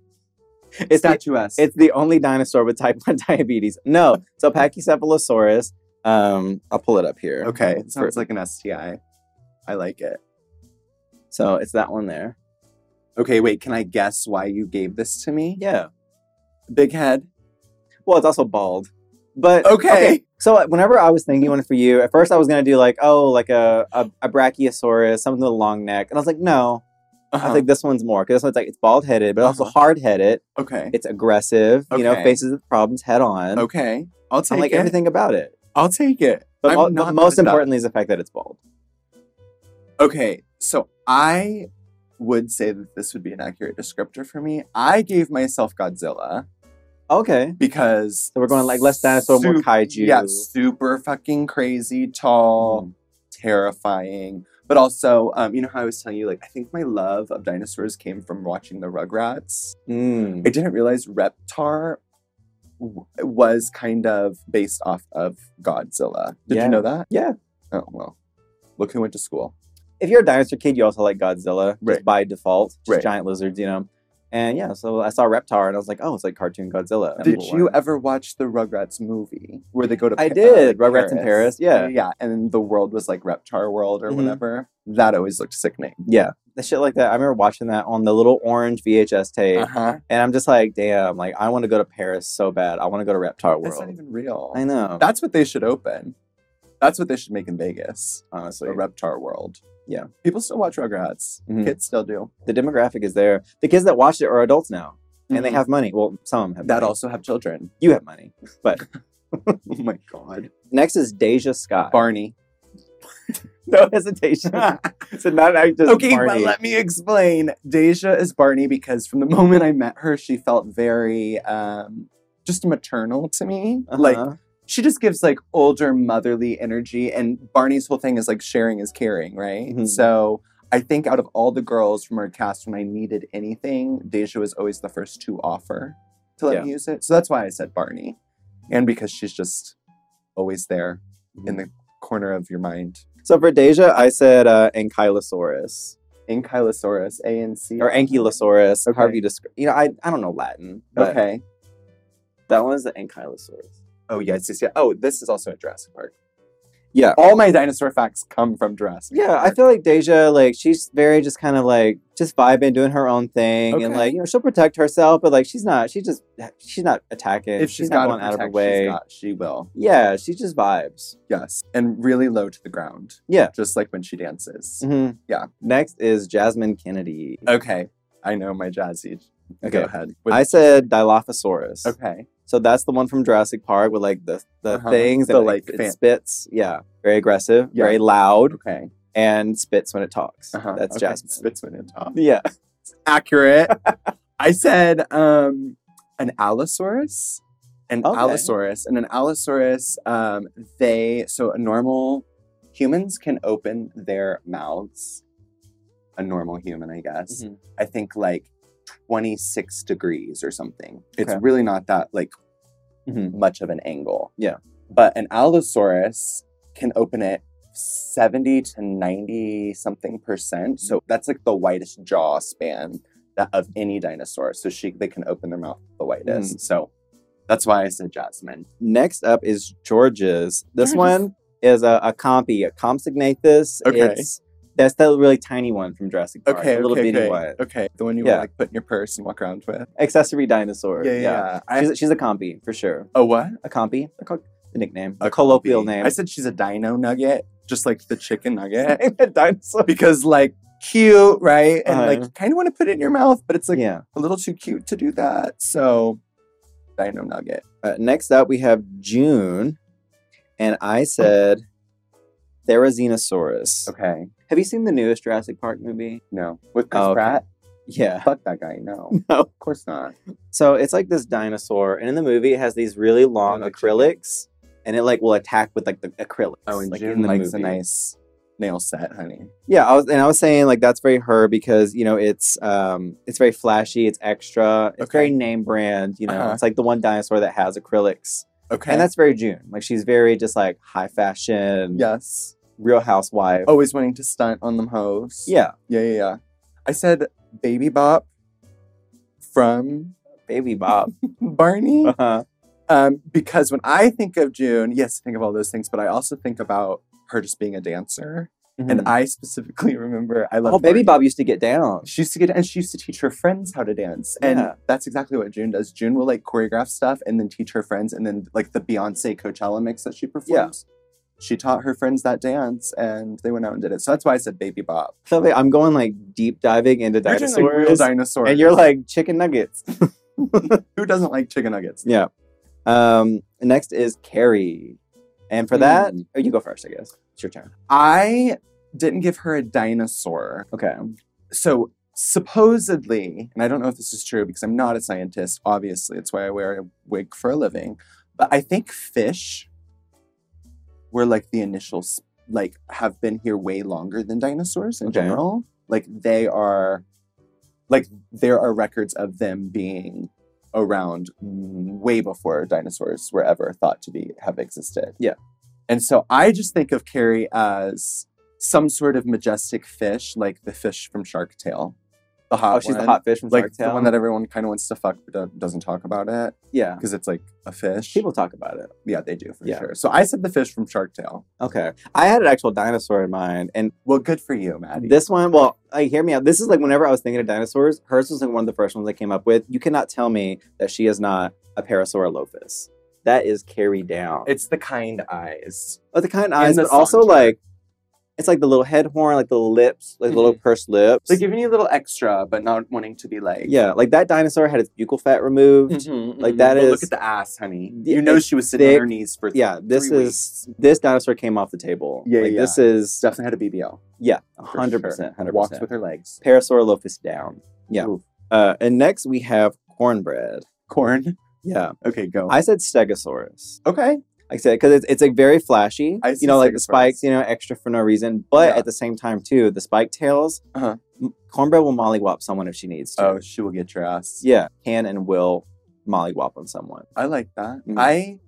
[SPEAKER 3] It's the,
[SPEAKER 2] statuesque.
[SPEAKER 3] it's the only dinosaur with type 1 diabetes. No. So Pachycephalosaurus. Um, I'll pull it up here.
[SPEAKER 2] okay. It sounds
[SPEAKER 3] For-
[SPEAKER 2] like an STI. I like it.
[SPEAKER 3] So it's that one there.
[SPEAKER 2] Okay, wait. Can I guess why you gave this to me?
[SPEAKER 3] Yeah.
[SPEAKER 2] Big head.
[SPEAKER 3] Well, it's also bald. But
[SPEAKER 2] Okay.
[SPEAKER 3] So whenever I was thinking one for you, at first I was gonna do like, oh, like a, a, a brachiosaurus, something with a long neck, and I was like, no,
[SPEAKER 2] Uh-huh.
[SPEAKER 3] I think this one's more because this one's like it's bald headed, but also
[SPEAKER 2] Uh-huh.
[SPEAKER 3] hard headed.
[SPEAKER 2] okay.
[SPEAKER 3] It's aggressive. You know,
[SPEAKER 2] Okay.
[SPEAKER 3] faces its problems head on.
[SPEAKER 2] Okay. I'll take
[SPEAKER 3] And like
[SPEAKER 2] it.
[SPEAKER 3] everything about it.
[SPEAKER 2] I'll take it.
[SPEAKER 3] But
[SPEAKER 2] I'm
[SPEAKER 3] mo-
[SPEAKER 2] not
[SPEAKER 3] most
[SPEAKER 2] gonna
[SPEAKER 3] importantly is the fact that it's bald.
[SPEAKER 2] Okay. So I would say that this would be an accurate descriptor for me. I gave myself Godzilla
[SPEAKER 3] Okay.
[SPEAKER 2] because
[SPEAKER 3] So we're going like less dinosaur, more kaiju. Mm-hmm.
[SPEAKER 2] Yeah, super fucking crazy, tall, terrifying. But also, um, you know how I was telling you, like, I think my love of dinosaurs came from watching the Rugrats.
[SPEAKER 3] Mm.
[SPEAKER 2] I didn't realize Reptar w- was kind of based off of Godzilla. Did
[SPEAKER 3] Yeah.
[SPEAKER 2] you know that?
[SPEAKER 3] Yeah.
[SPEAKER 2] Oh, well. Look who went to school.
[SPEAKER 3] If you're a dinosaur kid, you also like Godzilla
[SPEAKER 2] Right.
[SPEAKER 3] just by default. Just
[SPEAKER 2] Right.
[SPEAKER 3] giant lizards, you know. And yeah, so I saw Reptar and I was like, oh, it's like cartoon Godzilla.
[SPEAKER 2] Did
[SPEAKER 3] Number
[SPEAKER 2] you
[SPEAKER 3] one.
[SPEAKER 2] ever watch the Rugrats movie where they go to
[SPEAKER 3] I
[SPEAKER 2] Pa- uh,
[SPEAKER 3] did, Rugrats in Paris, yeah.
[SPEAKER 2] Yeah. And the world was like Reptar World or
[SPEAKER 3] Mhm.
[SPEAKER 2] whatever. That always looked sickening.
[SPEAKER 3] Yeah. The shit like that. I remember watching that on the little orange VHS tape.
[SPEAKER 2] Uh-huh.
[SPEAKER 3] And I'm just like, damn, like I want to go to Paris so bad. I want to go to Reptar World.
[SPEAKER 2] That's not even real.
[SPEAKER 3] I know.
[SPEAKER 2] That's what they should open. That's what they should make in Vegas.
[SPEAKER 3] honestly,
[SPEAKER 2] The Reptar World.
[SPEAKER 3] Yeah.
[SPEAKER 2] People still watch Rugrats.
[SPEAKER 3] Mhm.
[SPEAKER 2] Kids still do.
[SPEAKER 3] the demographic is there. The kids that watched it are adults now, and they
[SPEAKER 2] Mhm.
[SPEAKER 3] have money. Well, some of 'em have
[SPEAKER 2] that
[SPEAKER 3] money.
[SPEAKER 2] also have children.
[SPEAKER 3] You have money.
[SPEAKER 2] oh my god.
[SPEAKER 3] Next is Deja Scott.
[SPEAKER 2] Barney.
[SPEAKER 3] no hesitation. so not I just
[SPEAKER 2] okay, but
[SPEAKER 3] Barney.
[SPEAKER 2] let me explain. Deja is Barney because from the moment I met her, she felt very um just maternal to me. Like
[SPEAKER 3] Uh-huh.
[SPEAKER 2] she just gives like older motherly energy and Barney's whole thing is like sharing is caring, right?
[SPEAKER 3] Mhm.
[SPEAKER 2] So I think out of all the girls from our cast when I needed anything, Deja was always the first to offer to let
[SPEAKER 3] Yeah.
[SPEAKER 2] me use it. So that's why I said Barney. And because she's just always there
[SPEAKER 3] Mm-hmm.
[SPEAKER 2] in the corner of your mind.
[SPEAKER 3] so for Deja, I said uh, Ankylosaurus.
[SPEAKER 2] Ankylosaurus, A N C.
[SPEAKER 3] or Ankylosaurus.
[SPEAKER 2] Okay.
[SPEAKER 3] However you describe, you know, I, I don't know Latin. But
[SPEAKER 2] Okay. That one's the Ankylosaurus.
[SPEAKER 4] Oh yes, yes, yeah. Oh, this is also a Jurassic Park.
[SPEAKER 3] Yeah.
[SPEAKER 2] All my dinosaur facts come from Jurassic.
[SPEAKER 3] Yeah, I
[SPEAKER 2] Park.
[SPEAKER 3] feel like Deja, like she's very just kind of like just vibing, doing her own thing, and
[SPEAKER 2] Okay.
[SPEAKER 3] like you know she'll protect herself, but like she's not, she just she's not attacking.
[SPEAKER 2] if
[SPEAKER 3] she's
[SPEAKER 2] she's
[SPEAKER 3] not
[SPEAKER 2] got
[SPEAKER 3] going out of her
[SPEAKER 2] protect,
[SPEAKER 3] way.
[SPEAKER 2] she's got, she will.
[SPEAKER 3] Yeah, she just vibes.
[SPEAKER 2] Yes, and really low to the ground.
[SPEAKER 3] Yeah.
[SPEAKER 2] just like when she dances.
[SPEAKER 3] Mhm.
[SPEAKER 2] Yeah.
[SPEAKER 3] Next is Jasmine Kennedy.
[SPEAKER 2] Okay, I know my jazzy.
[SPEAKER 3] Okay.
[SPEAKER 2] Go ahead. With-
[SPEAKER 3] I said Dilophosaurus.
[SPEAKER 2] okay.
[SPEAKER 3] So that's the one from Jurassic Park with like the the
[SPEAKER 2] Uh-huh.
[SPEAKER 3] things
[SPEAKER 2] The,
[SPEAKER 3] and like,
[SPEAKER 2] like,
[SPEAKER 3] it
[SPEAKER 2] fan-
[SPEAKER 3] spits. Yeah, very aggressive,
[SPEAKER 2] Yeah.
[SPEAKER 3] very loud,
[SPEAKER 2] Okay.
[SPEAKER 3] and spits when it talks.
[SPEAKER 2] Uh-huh.
[SPEAKER 3] That's
[SPEAKER 2] okay.
[SPEAKER 3] Jasmine.
[SPEAKER 2] Spitzman and top.
[SPEAKER 3] Yeah.
[SPEAKER 2] Accurate. I said um an Allosaurus. An
[SPEAKER 3] Okay.
[SPEAKER 2] Allosaurus. And an Allosaurus, um, they so a normal humans can open their mouths. A normal human, I guess.
[SPEAKER 3] Mhm.
[SPEAKER 2] I think like 26 degrees or something. It's
[SPEAKER 3] Okay.
[SPEAKER 2] really not that like
[SPEAKER 3] Mhm.
[SPEAKER 2] much of an angle.
[SPEAKER 3] Yeah.
[SPEAKER 2] But an Allosaurus can open it 70 to 90 something percent. So
[SPEAKER 3] Mm-hmm.
[SPEAKER 2] that's like the widest jaw span that of any dinosaur. So she they can open their mouth the widest. So that's why I said Jasmine.
[SPEAKER 3] Mm. Next up is George's. This
[SPEAKER 2] George's.
[SPEAKER 3] one is a, a compy, a compsognathus.
[SPEAKER 2] Okay.
[SPEAKER 3] It's, that's the really tiny one from Jurassic Park.
[SPEAKER 2] Okay,
[SPEAKER 3] a little
[SPEAKER 2] okay,
[SPEAKER 3] bitty
[SPEAKER 2] okay.
[SPEAKER 3] one.
[SPEAKER 2] Okay, the one you
[SPEAKER 3] Yeah.
[SPEAKER 2] would like put in your purse and walk around with.
[SPEAKER 3] Accessory dinosaur.
[SPEAKER 2] I-
[SPEAKER 3] She's, she's a compy for sure.
[SPEAKER 2] oh what?
[SPEAKER 3] A compy. A co- the nickname.
[SPEAKER 2] A
[SPEAKER 3] A colloquial
[SPEAKER 2] compy.
[SPEAKER 3] name.
[SPEAKER 2] I said she's a dino nugget, just like the chicken nugget.
[SPEAKER 3] a dinosaur.
[SPEAKER 2] because like cute, right? And
[SPEAKER 3] Uh-huh.
[SPEAKER 2] like you kind of want to put it in your mouth, but it's like
[SPEAKER 3] yeah.
[SPEAKER 2] a little too cute to do that. So dino nugget.
[SPEAKER 3] Uh, next up, we have June, and I said Therizinosaurus.
[SPEAKER 2] Okay.
[SPEAKER 3] Have you seen the newest Jurassic Park movie?
[SPEAKER 2] No. With Chris
[SPEAKER 3] Oh, okay.
[SPEAKER 2] Pratt?
[SPEAKER 3] Yeah.
[SPEAKER 2] Fuck that guy. No.
[SPEAKER 3] No.
[SPEAKER 2] Of course not.
[SPEAKER 3] So it's like this dinosaur, and in the movie, it has these really long
[SPEAKER 2] like
[SPEAKER 3] acrylics, and it like will attack with like the acrylics. like, in the
[SPEAKER 2] Oh, likes
[SPEAKER 3] movie.
[SPEAKER 2] a nice nail set, honey.
[SPEAKER 3] Yeah, I was, and I was saying like that's very her because you know it's um it's very flashy, it's extra, it's very
[SPEAKER 2] Okay.
[SPEAKER 3] name brand. You know,
[SPEAKER 2] Uh-huh.
[SPEAKER 3] it's like the one dinosaur that has acrylics,
[SPEAKER 2] Okay.
[SPEAKER 3] and that's very June. Like she's very just like high fashion,
[SPEAKER 2] yes.
[SPEAKER 3] Real Housewife.
[SPEAKER 2] Always Oh, wanting to stunt on them hoes.
[SPEAKER 3] Yeah,
[SPEAKER 2] Yeah, yeah, yeah. I said baby bop from
[SPEAKER 3] Baby Bob.
[SPEAKER 2] Barney.
[SPEAKER 3] Uh-huh.
[SPEAKER 2] Um, because when I think of June, yes, I think of all those things, but I also think about her just being a dancer. And
[SPEAKER 3] Mhm.
[SPEAKER 2] Mm-hmm. I specifically remember I love
[SPEAKER 3] oh, Baby
[SPEAKER 2] Barney.
[SPEAKER 3] Bob used to get down.
[SPEAKER 2] She used to get and she used to teach her friends how to dance. And
[SPEAKER 3] Yeah.
[SPEAKER 2] that's exactly what June does. June will like choreograph stuff and then teach her friends and then like the Beyonce Coachella mix that she performs. She taught her friends that dance and they went out and did it. So that's why I said baby bop.
[SPEAKER 3] So like, I'm going like deep diving into
[SPEAKER 2] You're
[SPEAKER 3] dinosaurs,
[SPEAKER 2] just, like, real dinosaurs.
[SPEAKER 3] and you're like chicken nuggets.
[SPEAKER 2] who doesn't like chicken nuggets?
[SPEAKER 3] Yeah. Um, next is Carrie. And for
[SPEAKER 2] Hmm.
[SPEAKER 3] that, oh, you go first, I guess. It's your turn.
[SPEAKER 2] I didn't give her a dinosaur.
[SPEAKER 3] Okay.
[SPEAKER 2] so supposedly, and I don't know if this is true because I'm not a scientist, obviously, it's why I wear a wig for a living, but I think fish were like the initials, like have been here way longer than dinosaurs in
[SPEAKER 3] Okay.
[SPEAKER 2] general. Like they are, like there are records of them being around way before dinosaurs were ever thought to be have existed.
[SPEAKER 3] Yeah.
[SPEAKER 2] And so I just think of Carrie as some sort of majestic fish, like the fish from Shark Tale. The hot
[SPEAKER 3] Oh, she's the
[SPEAKER 2] one.
[SPEAKER 3] hot fish from
[SPEAKER 2] like
[SPEAKER 3] Shark Tale.
[SPEAKER 2] the one that everyone kind of wants to fuck, but do- doesn't talk about it
[SPEAKER 3] yeah.
[SPEAKER 2] because it's like a fish.
[SPEAKER 3] People talk about it.
[SPEAKER 2] yeah, they do for
[SPEAKER 3] Yeah.
[SPEAKER 2] sure. So I said the fish from Shark Tale.
[SPEAKER 3] Okay. I had an actual dinosaur in mind. And
[SPEAKER 2] Well, good for you, Maddie.
[SPEAKER 3] this one, well, I hear me out. This is like whenever I was thinking of dinosaurs, hers was like one of the first ones I came up with. You cannot tell me that she is not a Parasaurolophus. That is Carrie down.
[SPEAKER 2] it's the kind eyes.
[SPEAKER 3] Oh, the kind of eyes,
[SPEAKER 2] the
[SPEAKER 3] but also
[SPEAKER 2] saunter.
[SPEAKER 3] like it's like the little head horn, like the lips, like the
[SPEAKER 2] Mm-hmm.
[SPEAKER 3] little pursed lips.
[SPEAKER 2] They're giving you a little extra, but not wanting to be like
[SPEAKER 3] yeah, like that dinosaur had its buccal fat removed.
[SPEAKER 2] Mm-hmm.
[SPEAKER 3] Like, that
[SPEAKER 2] that is.
[SPEAKER 3] is-
[SPEAKER 2] Look at the ass, honey.
[SPEAKER 3] Yeah,
[SPEAKER 2] You know
[SPEAKER 3] it's
[SPEAKER 2] she was sitting on
[SPEAKER 3] thick.
[SPEAKER 2] her knees for
[SPEAKER 3] Yeah, this
[SPEAKER 2] Three
[SPEAKER 3] is this dinosaur came off the table.
[SPEAKER 2] Yeah,
[SPEAKER 3] like,
[SPEAKER 2] yeah,
[SPEAKER 3] This is
[SPEAKER 2] definitely had a BBL.
[SPEAKER 3] yeah,
[SPEAKER 2] for
[SPEAKER 3] hundred
[SPEAKER 2] sure.
[SPEAKER 3] percent, hundred
[SPEAKER 2] Walked with
[SPEAKER 3] percent.
[SPEAKER 2] her legs.
[SPEAKER 3] Parasaurolophus down. Yeah.
[SPEAKER 2] Ooh.
[SPEAKER 3] Uh, and next we have cornbread.
[SPEAKER 2] Corn.
[SPEAKER 3] Yeah,
[SPEAKER 2] Okay, go.
[SPEAKER 3] I said Stegosaurus.
[SPEAKER 2] okay.
[SPEAKER 3] Like I said, because it's, it's like very flashy.
[SPEAKER 2] I see
[SPEAKER 3] you know, like the
[SPEAKER 2] Stegosaurus.
[SPEAKER 3] spikes, you know, extra for no reason. But
[SPEAKER 2] Yeah.
[SPEAKER 3] at the same time, too, the spike tails.
[SPEAKER 2] Uh-huh.
[SPEAKER 3] m- Cornbread will mollywop someone if she needs to.
[SPEAKER 2] Oh, she will get your ass.
[SPEAKER 3] yeah, can and will mollywop on someone.
[SPEAKER 2] I like that.
[SPEAKER 3] Mm.
[SPEAKER 2] I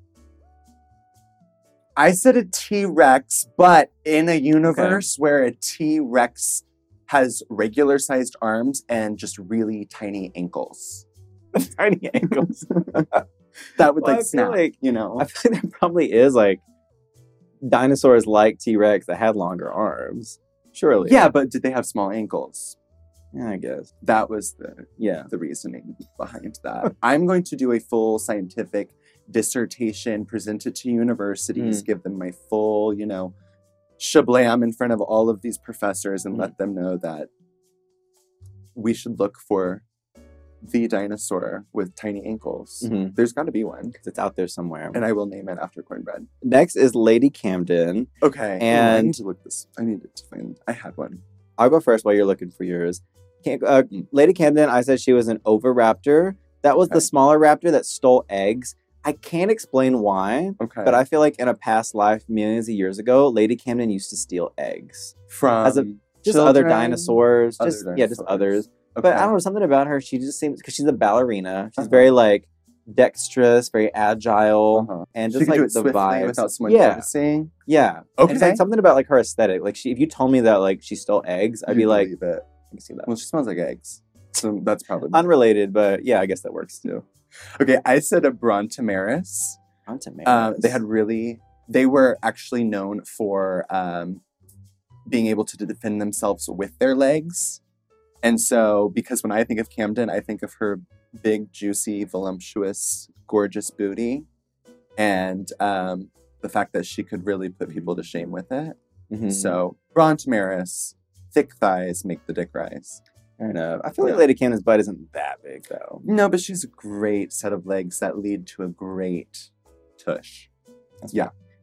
[SPEAKER 2] I said a T Rex, but in a universe where a T Rex has regular sized arms and just really tiny ankles.
[SPEAKER 3] tiny ankles.
[SPEAKER 2] That would
[SPEAKER 3] Well, I
[SPEAKER 2] like
[SPEAKER 3] feel
[SPEAKER 2] snap,
[SPEAKER 3] like-
[SPEAKER 2] you know.
[SPEAKER 3] I feel like there probably is like dinosaurs like T Rex that had longer arms. Surely.
[SPEAKER 2] yeah, but did they have small ankles?
[SPEAKER 3] Yeah, I guess.
[SPEAKER 2] That was the
[SPEAKER 3] Yeah.
[SPEAKER 2] the reasoning behind that. I'm going to do a full scientific dissertation, present it to universities,
[SPEAKER 3] Mm.
[SPEAKER 2] give them my full, you know, shablam in front of all of these professors and
[SPEAKER 3] Mm.
[SPEAKER 2] let them know that we should look for the dinosaur with tiny ankles.
[SPEAKER 3] Mhm.
[SPEAKER 2] There's got to be one.
[SPEAKER 3] 'Cause It's out there somewhere.
[SPEAKER 2] And I will name it after cornbread.
[SPEAKER 3] Next is Lady Camden.
[SPEAKER 2] Okay. I
[SPEAKER 3] And-
[SPEAKER 2] need to look this. I need to find. I had one.
[SPEAKER 3] I'll go first while you're looking for yours. Cam- uh, Lady Camden, I said she was an oviraptor. That was
[SPEAKER 2] Okay.
[SPEAKER 3] the smaller raptor that stole eggs. I can't explain why,
[SPEAKER 2] Okay.
[SPEAKER 3] but I feel like in a past life, millions of years ago, Lady Camden used to steal eggs.
[SPEAKER 2] from
[SPEAKER 3] as a- Just other
[SPEAKER 2] children,
[SPEAKER 3] dinosaurs,
[SPEAKER 2] other
[SPEAKER 3] just yeah, just
[SPEAKER 2] dinosaurs.
[SPEAKER 3] others.
[SPEAKER 2] Okay.
[SPEAKER 3] But I don't know something about her. She just seems because she's a ballerina. She's
[SPEAKER 2] Uh-huh.
[SPEAKER 3] very like dexterous, very agile,
[SPEAKER 2] Uh-huh.
[SPEAKER 3] and
[SPEAKER 2] She
[SPEAKER 3] just
[SPEAKER 2] can
[SPEAKER 3] like
[SPEAKER 2] do it
[SPEAKER 3] the
[SPEAKER 2] swiftly
[SPEAKER 3] vibes.
[SPEAKER 2] without someone
[SPEAKER 3] Yeah.
[SPEAKER 2] noticing.
[SPEAKER 3] yeah, And it's like something about like her aesthetic. Like she, if you told me that like she stole eggs, I'd
[SPEAKER 2] You
[SPEAKER 3] be like,
[SPEAKER 2] believe it.
[SPEAKER 3] I can see that.
[SPEAKER 2] Well, she smells like eggs. So that's probably
[SPEAKER 3] Unrelated, but yeah, I guess that works too.
[SPEAKER 2] okay. I said a Brontomaris.
[SPEAKER 3] On to
[SPEAKER 2] Uh,
[SPEAKER 3] Maris.
[SPEAKER 2] they had really. They were actually known for um, being able to defend themselves with their legs, and so because when I think of Camden, I think of her big, juicy, voluptuous, gorgeous booty, and um, the fact that she could really put people to shame with it.
[SPEAKER 3] Mhm.
[SPEAKER 2] So Brontomaris, thick thighs make the dick rise.
[SPEAKER 3] fair enough. I feel like
[SPEAKER 2] Yeah.
[SPEAKER 3] Lady Cannon's butt isn't that big though.
[SPEAKER 2] No, but she's a great set of legs that lead to a great tush.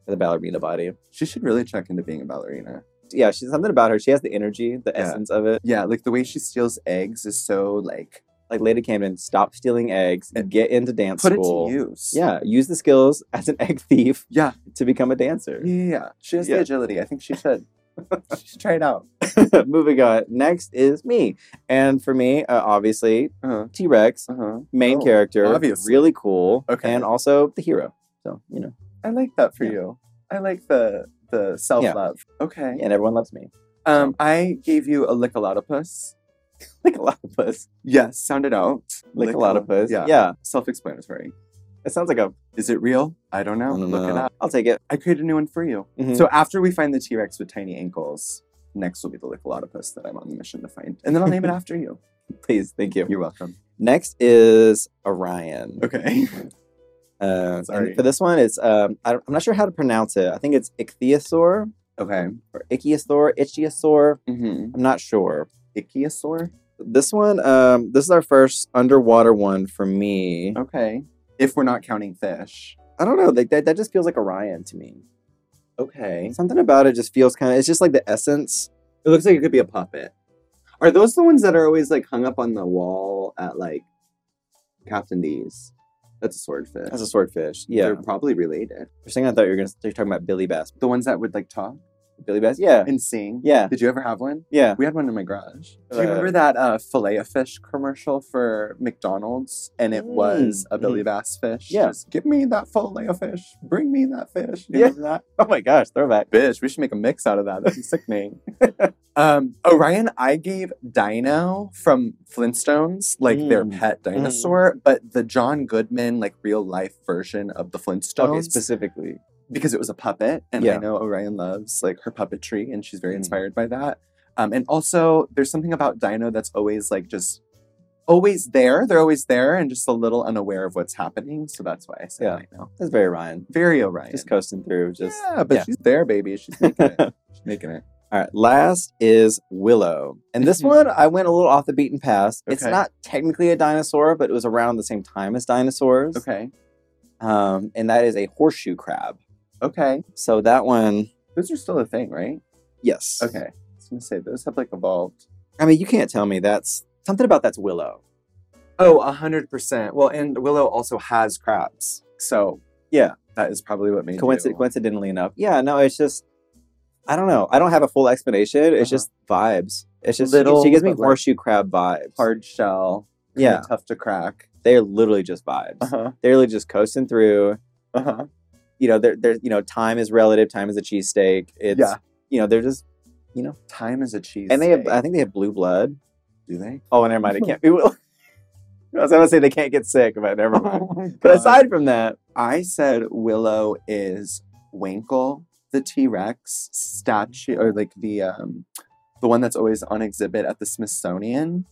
[SPEAKER 3] for The ballerina body.
[SPEAKER 2] She should really check into being a ballerina.
[SPEAKER 3] Yeah, she's something about her. She has the energy, the
[SPEAKER 2] Yeah.
[SPEAKER 3] essence of it.
[SPEAKER 2] Yeah, like the way she steals eggs is so like
[SPEAKER 3] Like Lady Camden, stop stealing eggs.
[SPEAKER 2] And
[SPEAKER 3] get into dance
[SPEAKER 2] put
[SPEAKER 3] school.
[SPEAKER 2] it to use.
[SPEAKER 3] Yeah, use the skills as an egg thief
[SPEAKER 2] Yeah.
[SPEAKER 3] to become a dancer.
[SPEAKER 2] Yeah, yeah, yeah. She has
[SPEAKER 3] Yeah.
[SPEAKER 2] the agility. I think she should. she should try it out.
[SPEAKER 3] Moving on. Next is me. And for me, uh, obviously,
[SPEAKER 2] Uh-huh.
[SPEAKER 3] T Rex,
[SPEAKER 2] Uh-huh.
[SPEAKER 3] main
[SPEAKER 2] Oh,
[SPEAKER 3] character,
[SPEAKER 2] obviously.
[SPEAKER 3] really cool,
[SPEAKER 2] Okay.
[SPEAKER 3] and also the hero. So, you know,
[SPEAKER 2] I like that for
[SPEAKER 3] Yeah.
[SPEAKER 2] you. I like the the self love. Okay.
[SPEAKER 3] and everyone loves me.
[SPEAKER 2] Um, I gave you a lickalotopus.
[SPEAKER 3] Like a lot of us.
[SPEAKER 2] Yes, sound it out.
[SPEAKER 3] Like a lot of us.
[SPEAKER 2] Yeah.
[SPEAKER 3] Yeah. yeah.
[SPEAKER 2] Self explanatory.
[SPEAKER 3] It sounds like a.
[SPEAKER 2] Is it real? I don't know.
[SPEAKER 3] I don't
[SPEAKER 2] Look it
[SPEAKER 3] know.
[SPEAKER 2] up.
[SPEAKER 3] Uh, I'll take it.
[SPEAKER 2] I created a new one for you.
[SPEAKER 3] Mhm.
[SPEAKER 2] So after we find the T Rex with tiny ankles, next will be the Lickalotopus that I'm on the mission to find. And then I'll name it after you.
[SPEAKER 3] Please, thank you.
[SPEAKER 2] You're welcome.
[SPEAKER 3] Next is Orion.
[SPEAKER 2] Okay.
[SPEAKER 3] Uh, and
[SPEAKER 2] Sorry.
[SPEAKER 3] for this one, it's um, I, don't- I'm not sure how to pronounce it. I think it's ichthyosaur
[SPEAKER 2] Okay.
[SPEAKER 3] or ichthyosaur, ichthyosaur.
[SPEAKER 2] Mm-hmm.
[SPEAKER 3] I'm not sure.
[SPEAKER 2] Ichthyosaur?
[SPEAKER 3] This one, um, this is our first underwater one for me.
[SPEAKER 2] Okay. If we're not counting fish.
[SPEAKER 3] I don't know. Like that, that just feels like Orion to me.
[SPEAKER 2] Okay.
[SPEAKER 3] Something about it just feels kind of. It's just like the essence.
[SPEAKER 2] It looks like it could be a puppet.
[SPEAKER 5] Are those the ones that are always like hung up on the wall at like Captain D's?
[SPEAKER 2] That's a swordfish.
[SPEAKER 3] That's a swordfish. Yeah.
[SPEAKER 5] They're probably related.
[SPEAKER 3] For a second, I thought you were gonna. You're talking about Billy Bass.
[SPEAKER 2] the ones that would like talk
[SPEAKER 3] Billy Bass. Yeah.
[SPEAKER 2] and sing.
[SPEAKER 3] Yeah.
[SPEAKER 2] Did you ever have one?
[SPEAKER 3] Yeah.
[SPEAKER 2] We had one in my garage. Do you
[SPEAKER 3] Uh,
[SPEAKER 2] remember that uh, filet of fish commercial for McDonald's? And it was a Billy Bass fish.
[SPEAKER 3] Mm, Yeah.
[SPEAKER 2] Just, give me that filet of fish. Bring me that fish. You
[SPEAKER 3] Yeah.
[SPEAKER 2] remember that?
[SPEAKER 3] Oh my gosh, throwback.
[SPEAKER 2] Bitch, we should make a mix out of that. That'd be sickening. um, Orion, I gave Dino from Flintstones, like their
[SPEAKER 3] Mm.
[SPEAKER 2] pet dinosaur, but the John Goodman, like real life version of the Flintstones
[SPEAKER 3] Okay, specifically.
[SPEAKER 2] because it was a puppet, and
[SPEAKER 3] Yeah.
[SPEAKER 2] I know Orion loves like her puppetry, and she's very
[SPEAKER 3] Mhm.
[SPEAKER 2] inspired by that. Um, and also, there's something about Dino that's always like just always there. They're always there, and just a little unaware of what's happening. So that's why I said
[SPEAKER 3] Yeah.
[SPEAKER 2] Dino.
[SPEAKER 3] That's very Orion.
[SPEAKER 2] Very Orion.
[SPEAKER 3] Just coasting through. Just.
[SPEAKER 2] yeah, but
[SPEAKER 3] yeah.
[SPEAKER 2] she's there, baby. She's making it. She's making it.
[SPEAKER 3] All right, last is Willow. And this
[SPEAKER 2] Mhm.
[SPEAKER 3] one, I went a little off the beaten path. It's
[SPEAKER 2] Okay.
[SPEAKER 3] not technically a dinosaur, but it was around the same time as dinosaurs.
[SPEAKER 2] Okay.
[SPEAKER 3] Um, and that is a horseshoe crab.
[SPEAKER 2] Okay.
[SPEAKER 3] So that one,
[SPEAKER 2] Those are still a thing, right?
[SPEAKER 3] yes.
[SPEAKER 2] Okay. I was gonna say those have like evolved.
[SPEAKER 3] I mean, you can't tell me that's something about that's Willow.
[SPEAKER 2] Oh, a hundred percent. Well, and Willow also has crabs, so
[SPEAKER 3] Yeah.
[SPEAKER 2] that is probably what made
[SPEAKER 3] Coinci-
[SPEAKER 2] you.
[SPEAKER 3] coincidentally enough. Yeah, no, it's just, I don't know. I don't have a full explanation. It's
[SPEAKER 2] Uh-huh.
[SPEAKER 3] just vibes. It's just,
[SPEAKER 2] Little,
[SPEAKER 3] she, gives me
[SPEAKER 2] but, like,
[SPEAKER 3] horseshoe crab vibes.
[SPEAKER 2] hard shell. kinda
[SPEAKER 3] yeah,
[SPEAKER 2] tough to crack. Uh-huh.
[SPEAKER 3] they're literally just vibes.
[SPEAKER 2] huh.
[SPEAKER 3] They're literally just coasting through.
[SPEAKER 2] Uh huh.
[SPEAKER 3] you know, there, there, you know, time is relative. Time is a cheesesteak. It's,
[SPEAKER 2] Yeah.
[SPEAKER 3] you know, they're just you know.
[SPEAKER 2] Time is a cheese.
[SPEAKER 3] And they have, I
[SPEAKER 2] steak.
[SPEAKER 3] think they have blue blood.
[SPEAKER 2] do they?
[SPEAKER 3] Oh, and never mind. They can't. Be, I was gonna say they can't get sick, but never mind.
[SPEAKER 2] Oh God.
[SPEAKER 3] But aside from that,
[SPEAKER 2] I said Willow is Winkle, the T Rex statue, or like the um, the one that's always on exhibit at the Smithsonian.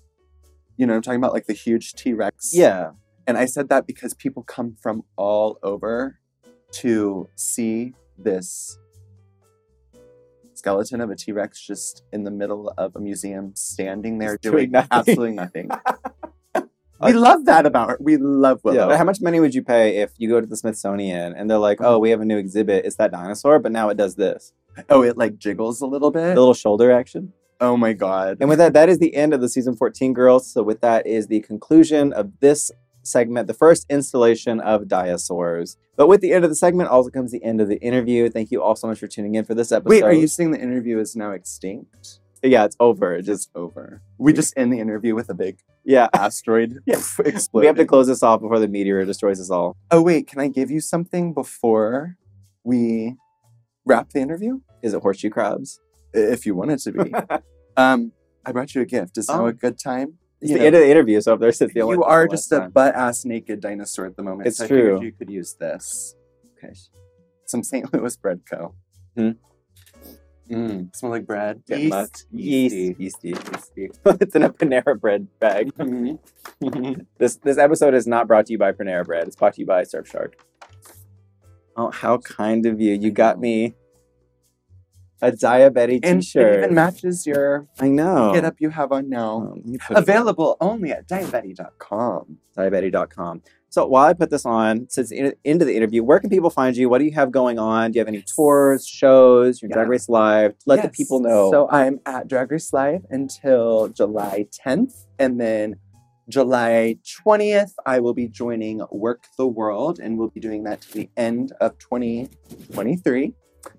[SPEAKER 2] You know what I'm talking about, like the huge T Rex.
[SPEAKER 3] yeah,
[SPEAKER 2] And I said that because people come from all over to see this skeleton of a T Rex just in the middle of a museum, standing there
[SPEAKER 3] Just
[SPEAKER 2] doing,
[SPEAKER 3] doing nothing.
[SPEAKER 2] absolutely nothing. we love that about her. We love Willow.
[SPEAKER 3] yeah. How much money would you pay if you go to the Smithsonian and they're like,
[SPEAKER 2] Uh-huh.
[SPEAKER 3] "Oh, we have a new exhibit. It's that dinosaur, but now it does this."
[SPEAKER 2] Oh, it like jiggles a little
[SPEAKER 3] The
[SPEAKER 2] bit.
[SPEAKER 3] little shoulder action.
[SPEAKER 2] Oh my god.
[SPEAKER 3] And with that, that is the end of the season 14, girls. So with that is the conclusion of this segment, the first installation of Dinosaurs. But with the end of the segment also comes the end of the interview. Thank you all so much for tuning in for this episode.
[SPEAKER 2] Wait, are you saying the interview is now extinct?
[SPEAKER 3] Yeah, it's over. It Just
[SPEAKER 2] It's over. We just end the interview with a big
[SPEAKER 3] yeah.
[SPEAKER 2] asteroid
[SPEAKER 3] Yes.
[SPEAKER 2] exploding.
[SPEAKER 3] We have to close this off before the meteor destroys us all.
[SPEAKER 2] oh wait, can I give you something before we wrap the interview?
[SPEAKER 3] Is it horseshoe crabs?
[SPEAKER 2] I- If you want it to be. um, I brought you a gift. Is now
[SPEAKER 3] Oh.
[SPEAKER 2] a good time?
[SPEAKER 3] It's
[SPEAKER 2] You
[SPEAKER 3] the
[SPEAKER 2] know,
[SPEAKER 3] end of the interview, so if there sits the only
[SPEAKER 2] you
[SPEAKER 3] one
[SPEAKER 2] are
[SPEAKER 3] last
[SPEAKER 2] just a
[SPEAKER 3] time.
[SPEAKER 2] butt ass naked dinosaur at the moment.
[SPEAKER 3] It's
[SPEAKER 2] so I figured
[SPEAKER 3] true.
[SPEAKER 2] you could use this.
[SPEAKER 3] Okay.
[SPEAKER 2] Some St. Louis bread co.
[SPEAKER 3] Hmm.
[SPEAKER 2] Mm, smell like bread.
[SPEAKER 3] Get
[SPEAKER 2] Yeast.
[SPEAKER 3] nuts.
[SPEAKER 2] Yeasty.
[SPEAKER 3] Yeast. Yeasty. it's in a Panera bread bag.
[SPEAKER 2] Mhm.
[SPEAKER 3] This this episode is not brought to you by Panera Bread. It's brought to you by Surfshark. Oh, how kind of you! You got me a diabetic
[SPEAKER 2] And
[SPEAKER 3] T-shirt.
[SPEAKER 2] it even matches your
[SPEAKER 3] I know.
[SPEAKER 2] get up you have on now.
[SPEAKER 3] Um, you put it on.
[SPEAKER 2] Available only at diabetti.com.
[SPEAKER 3] diabetti.com. So while I put this on, since the end of the interview, where can people find you? What do you have going on? Do you have any tours, shows, your Drag
[SPEAKER 2] Yes.
[SPEAKER 3] Race Live? Let the
[SPEAKER 2] Yes.
[SPEAKER 3] people know.
[SPEAKER 2] So I'm at Drag Race Live until July 10th. And then July 20th, I will be joining Work the World, and we'll be doing that to the end of 2023.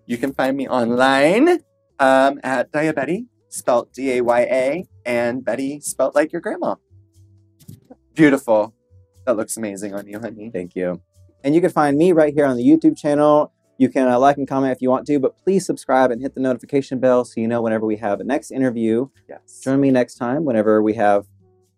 [SPEAKER 2] You can find me online um, at Diabetti, spelt D A Y A, and Betty, spelt like your grandma. Beautiful. That looks amazing on you, honey.
[SPEAKER 3] Thank you. And you can find me right here on the YouTube channel. You can uh, like and comment if you want to, but please subscribe and hit the notification bell so you know whenever we have a next interview.
[SPEAKER 2] Yes.
[SPEAKER 3] Join me next time whenever we have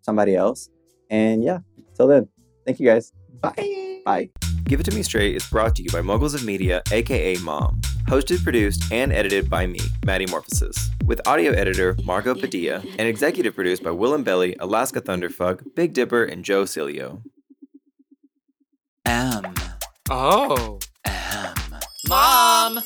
[SPEAKER 3] somebody else. And yeah, till then, thank you guys.
[SPEAKER 2] Bye.
[SPEAKER 3] Bye.
[SPEAKER 6] Give It To Me Straight is brought to you by Moguls of Media, aka Mom. Hosted, produced, and edited by me, Maddie Morphosis, with audio editor Margot Padilla, and executive produced by Willem Belly, Alaska Thunderfuck, Big Dipper, and Joe Cilio.
[SPEAKER 7] M.
[SPEAKER 8] Oh.
[SPEAKER 7] M.
[SPEAKER 8] Mom!